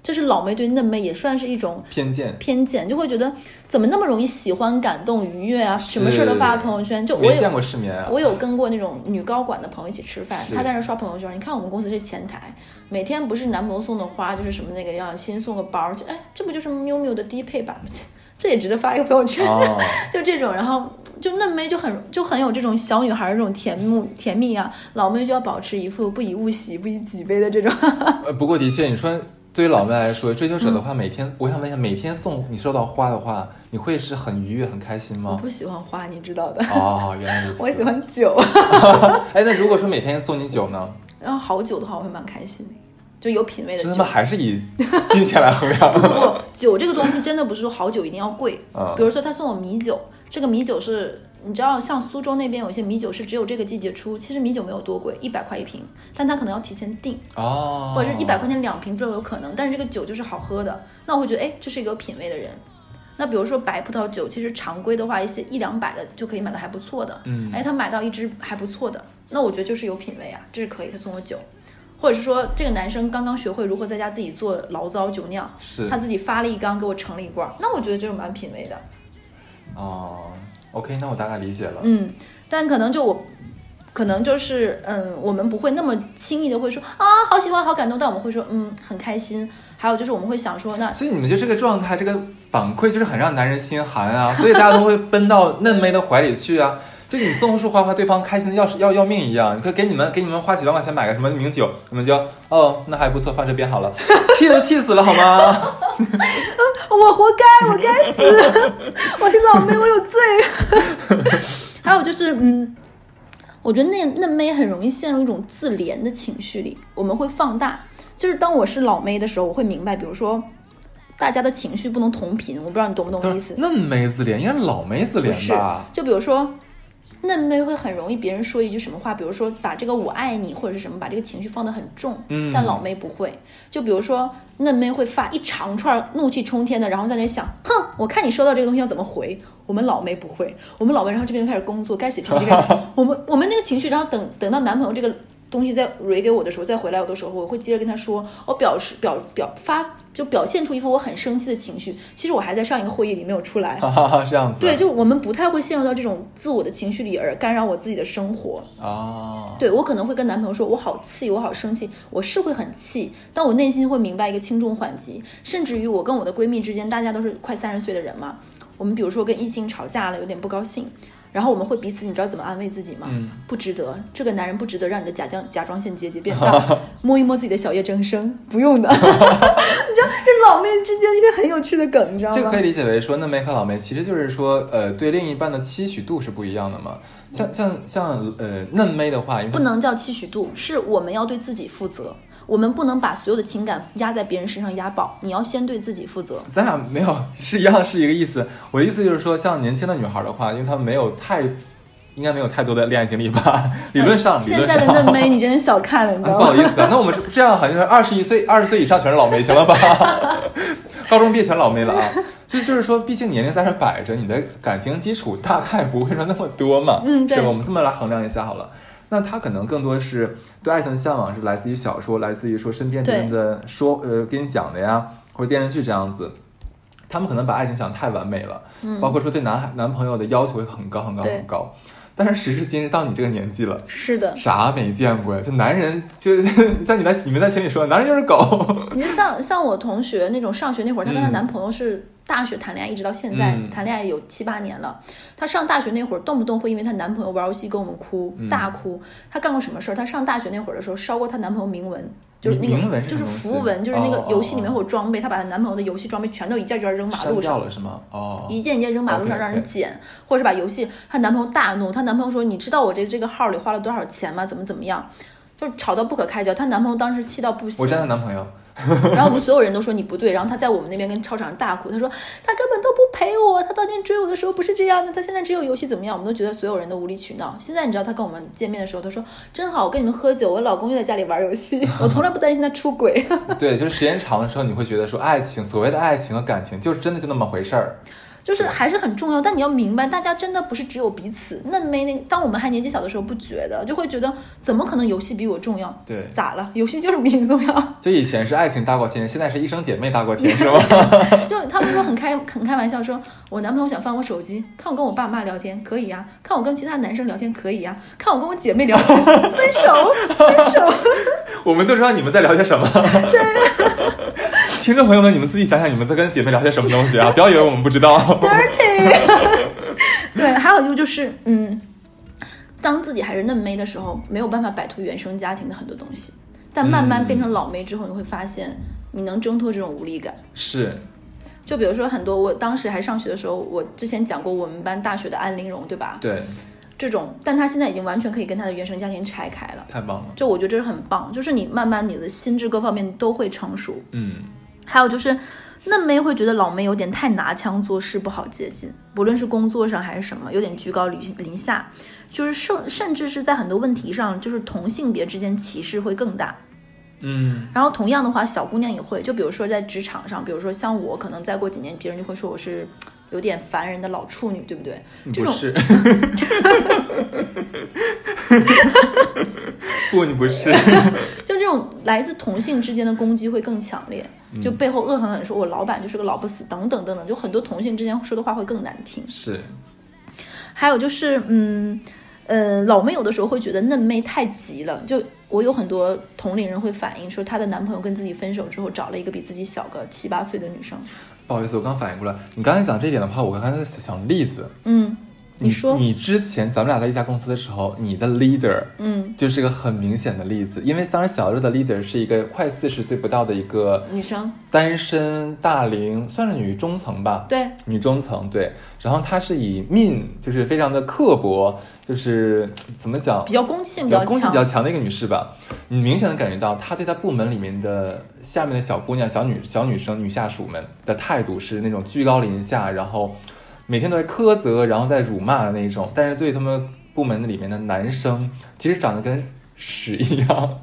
就是老妹对嫩妹也算是一种偏见，偏见，就会觉得怎么那么容易喜欢、感动、愉悦啊，什么事儿都发朋友圈。就我没也见过世面啊。我有跟过那种女高管的朋友一起吃饭，是她在那刷朋友圈。你看我们公司这前台，每天不是男朋友送的花，就是什么那个样，新送个包，就哎，这不就是缪缪的低配版吗？ [laughs] 切这也值得发一个朋友圈，哦，就这种。然后就嫩妹就很就很有这种小女孩儿这种甜慕甜蜜啊，老妹就要保持一副不以物喜不以己悲的这种。呃，不过的确，你说对于老妹来说，追求者的话，每天我想问一下，每天送你收到花的话，你会是很愉悦、很开心 [laughs] 我吗？不喜欢花，你知道的，哦，原来如 [laughs] 此。我喜。欢 [laughs] 酒，哎，那如果说每天送你酒呢？然后好酒的话我会蛮开心，就有品位的这酒他妈。还是以 [laughs] 金钱来衡不量？过酒这个东西真的不是说好酒一定要贵，嗯比如说他送我米酒，这个米酒是你知道，像苏州那边有一些米酒是只有这个季节出，其实米酒没有多贵，一百块一瓶，但他可能要提前订，哦，或者是一百块钱两瓶都有可能。但是这个酒就是好喝的，那我会觉得哎，这是一个有品味的人。那比如说白葡萄酒，其实常规的话，一些一两百的就可以买到还不错的。嗯哎，他买到一支还不错的，那我觉得就是有品味啊，这是可以。他送我酒，或者是说这个男生刚刚学会如何在家自己做醪糟酒酿，是他自己发了一缸给我盛了一罐儿，那我觉得这种蛮品味的。哦，OK，那我大概理解了。嗯，但可能就我，可能就是嗯，我们不会那么轻易的会说啊，好喜欢，好感动，但我们会说嗯，很开心。还有就是我们会想说，那所以你们就这个状态，这个反馈就是很让男人心寒啊， [laughs] 所以大家都会奔到嫩妹的怀里去啊。就你送束花花，对方开心的要是要要命一样。你可给你们给你们花几万块钱买个什么名酒，你们就哦那还不错，放这边 [laughs] 好了，气都气死了好吗？我活该，我该死， [laughs] 我是老妹，我有罪。 [laughs] 还有就是嗯，我觉得那嫩妹很容易陷入一种自怜的情绪里，我们会放大。就是当我是老妹的时候，我会明白，比如说大家的情绪不能同频，我不知道你懂不懂我的意思。嫩妹自恋应该是老妹自不恋是吧？，就比如说，嫩妹会很容易别人说一句什么话，比如说把这个“我爱你”或者是什么，把这个情绪放得很重。嗯但老妹不会。就比如说，嫩妹会发一长串怒气冲天的，然后在那里想，哼，我看你收到这个东西要怎么回。我们老妹不会，我们老妹，然后这边就开始工作，该写评就开始 [laughs] 写。我们我们那个情绪，然后等等到男朋友这个。东西再 r 给我的时候，再回来我的时候，我会接着跟他说，我表示表表发就表现出一副我很生气的情绪，其实我还在上一个会议里没有出来，哈 [laughs] 哈哈，这样子。啊对，就我们不太会陷入到这种自我的情绪里，而干扰我自己的生活。哦，对我可能会跟男朋友说，我好气，我好生气，我是会很气，但我内心会明白一个轻重缓急。甚至于我跟我的闺蜜之间，大家都是快三十岁的人嘛，我们比如说跟异性吵架了，有点不高兴，然后我们会彼此，你知道怎么安慰自己吗？嗯不值得，这个男人不值得让你的甲状甲状腺结节变 [laughs] 大，摸一摸自己的小叶增生，不用的。你 [laughs] 知道这老妹之间一个很有趣的梗，你知道吗？这个可以理解为说，嫩妹和老妹其实就是说，呃，对另一半的期许度是不一样的嘛。像像像呃，嫩妹的话，应该不能叫期许度，是我们要对自己负责，我们不能把所有的情感压在别人身上压爆，你要先对自己负责。咱俩没有是一样，是一个意思。我的意思就是说，像年轻的女孩的话，因为她们没有太，应该没有太多的恋爱经历吧？ [laughs] 理论上，理现论在的上。嫩妹，你真是小看了，你知啊、道不好吗？意思啊，那我们这这样好像是二十一岁、二十岁以上全是老妹，行 [laughs] 了吧？高中毕业全老妹了啊！所以就是说，毕竟年龄在这摆着，你的感情基础大概不会说那么多嘛。嗯对是吧？我们这么来衡量一下好了。那他可能更多是对爱情的向往，是来自于小说，来自于说身边别人的说呃给你讲的呀，或者电视剧这样子。他们可能把爱情想得太完美了，包括说对男孩男朋友的要求会很高很高嗯对很高。但是时至今日，到你这个年纪了，是的，啥没见过呀？就男人就是 [laughs] 像你在你们在群里说，男人就是狗。你就像像我同学那种上学那会儿，她跟她嗯男朋友是大学谈恋爱，一直到现在、嗯谈恋爱有七八年了。她上大学那会儿，动不动会因为她男朋友玩游戏跟我们哭，嗯大哭。她干过什么事儿？她上大学那会儿的时候烧过她男朋友明文。就是那明个，文是就是什么东西符文，就是那哦个哦游戏里面哦会有装备，她把她男朋友的游戏装备全都一件一件扔马删路掉上，了是吗？哦，一件一件扔马路上 OK，OK 让人捡或者是把游戏，她男朋友大怒，她男朋友说：“你知道我这这个号里花了多少钱吗？怎么怎么样？”就吵到不可开交，她男朋友当时气到不行 [laughs] 我，真的男朋友，然后我们所有人都说你不对，然后她在我们那边跟操场上大哭，她说她根本都不陪我，她当年追我的时候不是这样的，她现在只有游戏怎么样？我们都觉得所有人都无理取闹。现在你知道她跟我们见面的时候，她说真好，我跟你们喝酒，我老公又在家里玩游戏，我从来不担心他出轨。对，就是时间长的时候，你会觉得说，爱情所谓的爱情和感情，就是真的就那么回事儿。就是还是很重要，但你要明白，大家真的不是只有彼此。嫩妹那个，当我们还年纪小的时候，不觉得，就会觉得怎么可能游戏比我重要？对，咋了？游戏就是比你重要。 [laughs] 就以前是爱情大过天，现在是一生姐妹大过天，是吗？ [laughs] 就他们都很开很开玩笑说，我男朋友想翻我手机，看我跟我爸妈聊天可以呀、看我跟其他男生聊天可以呀、啊看我跟我姐妹聊天， [laughs] 分手分手。 [laughs] 我们都知道你们在聊些什么。听众朋友们，你们自己想想，你们在跟姐妹聊些什么东西啊？不要以为我们不知道。 dirty。对，还有一个就是，嗯，当自己还是嫩妹的时候，没有办法摆脱原生家庭的很多东西，但慢慢变成老妹之后，你会发现你能挣脱这种无力感。是，就比如说很多，我当时还上学的时候，我之前讲过我们班大学的安陵容，对吧？对，这种，但她现在已经完全可以跟她的原生家庭拆开了。太棒了。就我觉得这是很棒，就是你慢慢你的心智各方面都会成熟。嗯，还有就是，嫩妹会觉得老妹有点太拿腔作势，不好接近，不论是工作上还是什么，有点居高临临下，就是甚甚至是在很多问题上，就是同性别之间歧视会更大。嗯，然后同样的话，小姑娘也会，就比如说在职场上，比如说像我，可能再过几年，别人就会说我是有点烦人的老处女，对不对？这不种 [laughs] 是，不，你不是，就这种来自同性之间的攻击会更强烈。就背后恶狠狠地说我老板就是个老不死等等等等，就很多同性之间说的话会更难听。 [laughs] 是，还有就是，嗯，呃，老妹有的时候会觉得嫩妹太急了，就我有很多同龄人会反映说，她的男朋友跟自己分手之后，找了一个比自己小个七八岁的女生。不好意思，我刚反应过来，你刚才讲这一点的话，我刚才在想例子。嗯，你说，你之前咱们俩在一家公司的时候，你的 leader 嗯，就是个很明显的例子，因为当时小乐的 leader 是一个快四十岁不到的一个女生，单身大龄，算是女中层吧，对，女中层对。然后她是以 mean，就是非常的刻薄，就是怎么讲，比较攻击性比比较较攻击强比。较强的一个女士吧，你明显的感觉到她对她部门里面的下面的小姑娘、小女、小女生、女下属们的态度是那种居高临下，然后每天都在苛责，然后在辱骂的那种。但是对他们部门里面的男生，其实长得跟屎一样，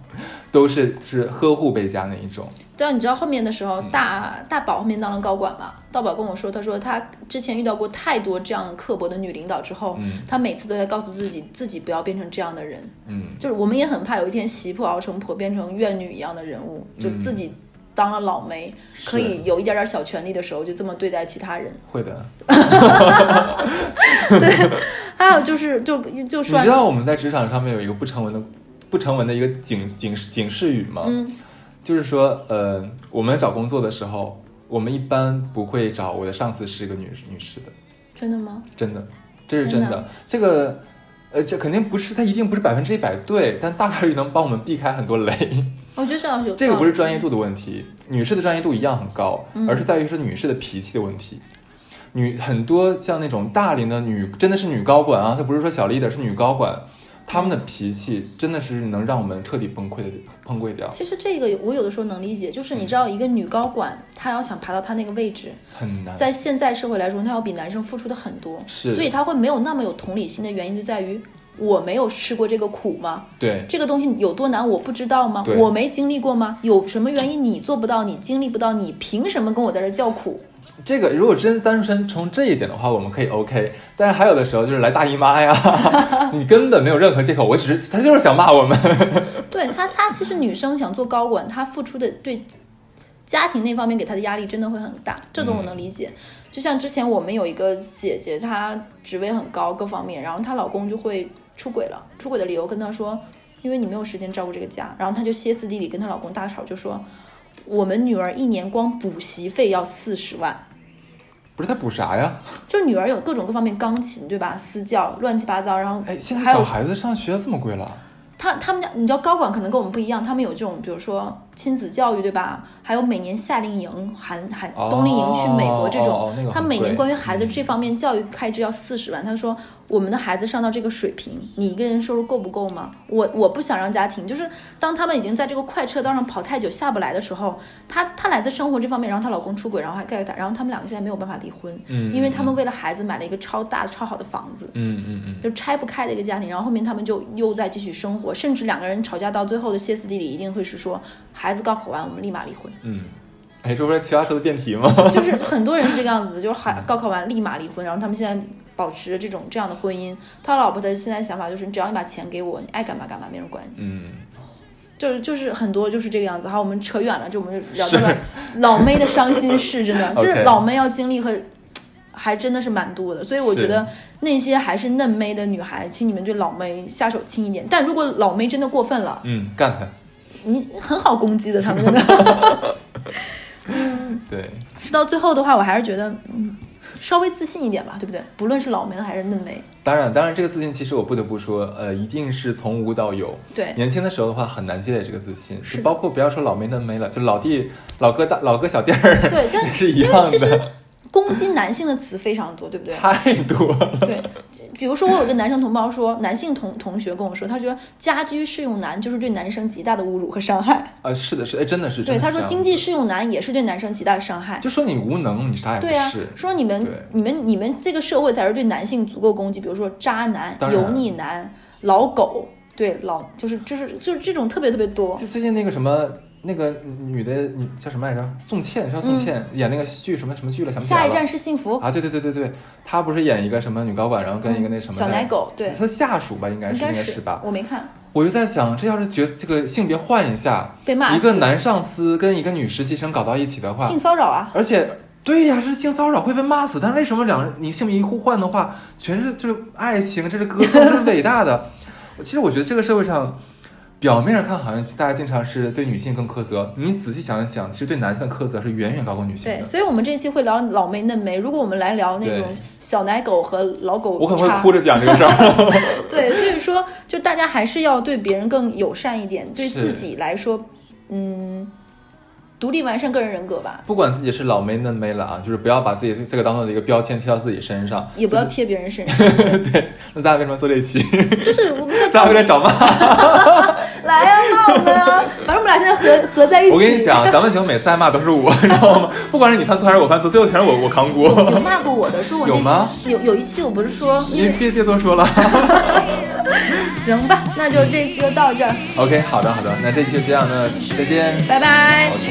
都是是呵护备加那一种。但啊你知道后面的时嗯候，大大宝后面当了高管嘛？大宝跟我说，他说他之前遇到过太多这样刻薄的女领导之后，嗯他每次都在告诉自己，自己不要变成这样的人。嗯，就是我们也很怕有一天媳妇熬成婆，变成怨女一样的人物，就自己当了老媒，嗯是可以有一点点小权利的时候，就这么对待其他人。会的。还有就是，就就你说知道我们在职场上面有一个不成文的、不成文的一个警警示警示语吗？嗯，就是说，呃，我们找工作的时候，我们一般不会找我的上司是个女女士的，真的吗？真的，这是真真的的。这个，呃，这肯定不是，它一定不是百分之一百对，但大概率能帮我们避开很多 [laughs] 雷。我觉得这倒是有这个不是道专业度的问题，女士的专业度一样很高，而是在于是女士的脾气的问题。女很多像那种大龄的女，真的是女高管啊，她不是说小 leader 是女高管，她们的脾气真的是能让我们彻底崩溃的崩溃掉理。，其实这个我有的时候能理解，嗯就是你知道，一个女高管她要想爬到她那个位置，很难。在现在社会来说，她要比男生付出的很多，是所以她会没有那么有同理心的原因就在于我没有吃过这个苦吗？对，这个东西有多难，我不知道吗？对我没经历过吗？有什么原因你做不到，你经历不到，你凭什么跟我在这儿叫苦？这个如果真单纯从这一点的话，我们可以 OK。但是还有的时候就是来大姨妈呀， [laughs] 你根本没有任何借口，我只是她就是想骂我们。对她，她其实女生想做高管，她付出的对家庭那方面给她的压力真的会很大，这种我嗯能理解。就像之前我们有一个姐姐，她职位很高，各方面，然后她老公就会出轨了，出轨的理由跟她说，因为你没有时间照顾这个家，然后她就歇斯底里跟她老公大吵，就说我们女儿一年光补习费要四十万。不是她补啥呀？就女儿有各种各方面钢琴对吧，私教乱七八糟，然后哎，现在还小有孩子上学这么贵了，他他们家，你知道高管可能跟我们不一样，他们有这种比如说亲子教育对吧，还有每年夏令营、寒寒哦冬令营去美国这种，哦哦那个很他每年贵关于孩子这方面教育开支要四十万，他说我们的孩子上到这个水平，你一个人收入够不够吗？我我不想让家庭，就是当他们已经在这个快车道上跑太久下不来的时候，她她来自生活这方面，然后她老公出轨，然后还盖她，然后他们两个现在没有办法离婚，嗯因为他们为了孩子买了一个超大超好的房子，嗯嗯嗯，就拆不开的一个家庭，然后后面他们就又在继续生活，甚至两个人吵架到最后的歇斯底里，一定会是说孩子高考完我们立马离婚，嗯，哎，这不是奇葩说的辩题吗？就是很多人是这个样子，就是孩高考完立马离婚，然后他们现在保持着这种这样的婚姻。他老婆的现在想法就是，你只要你把钱给我，你爱干嘛干嘛，没人管你。嗯，就是就是很多就是这个样子。好，我们扯远了，这我们就聊 [laughs] 到了老妹的伤心事，真的，其实 OK 老妹要经历和还真的是蛮多的，所以我觉得那些还是嫩妹的女孩，请你们对老妹下手轻一点。但如果老妹真的过分了，嗯，干他，你很好攻击的，他们真 [laughs] 的。 [laughs] 对，是到最后的话，我还是觉得，嗯，稍微自信一点吧，对不对？不论是老妹还是嫩妹，当然，当然，这个自信其实我不得不说，呃，一定是从无到有。 [laughs] 对年轻的时候的话，很难积累这个自信，是的就包括不要说老妹嫩妹了，就老弟、老哥大、老哥小弟儿，对，但 [laughs] 也是一因样为其实的，攻击男性的词非常多，对不对？太多了。对，比如说我有个男生同胞说，男性同同学跟我说，他觉得家居适用男就是对男生极大的侮辱和伤害。呃，是的，是，哎，真的是。对，真的他是说这样经济适用男也是对男生极大的伤害。就说你无能，你啥也不对啊是，。说你们对你们你们这个社会才是对男性足够攻击，比如说渣男当、然油腻男、老狗，对老就是就是就是这种特别特别多就。最近那个什么。那个女的，女叫什么来着？宋茜是吧？宋茜、演那个剧什么什么剧了？想不起嗯来下了。一站是幸福，啊，对对对对对，她不是演一个什么女高管，然后跟一个那什么、嗯小奶狗，对，她下属吧，应该应是该应该是吧？我没看，我就在想，这要是角这个性别换一下，被骂死一个男上司跟一个女实习生搞到一起的话，性骚扰啊，而且对呀，这是性骚扰会被骂死。但为什么两人你性别一互换的话，全是就是爱情，这是歌颂，这是伟大的。 [laughs] 其实我觉得这个社会上，表面上看好像大家经常是对女性更苛责，你仔细想一想，其实对男性的苛责是远远高过女性对，的。所以我们这期会聊老妹嫩妹。如果我们来聊那种对小奶狗和老狗，我可能会哭着讲这个事儿。对，所以说，就大家还是要对别人更友善一点，对是自己来说，嗯，独立完善个人人格吧，不管自己是老妹嫩妹了啊，就是不要把自己这个当做一个标签贴到自己身上。 [laughs] 也不要贴别人身嗯上。对，那咱俩为什么做这一期？ [laughs] 就是我们在咱俩为了找骂？ [laughs] 来呀、骂我们啊！反正我们俩现在合合在一起，我跟你讲，咱们节目每次挨骂都是我，你知道吗？不管是你犯错还是我犯错，最后全是我我扛锅。有骂过我的，说我那有吗期有有一期我不是说，因你为别别多 [laughs] 说了。行吧，那就这期就到这儿， OK，好的好的，那这期就这样，那再见，拜拜。好的。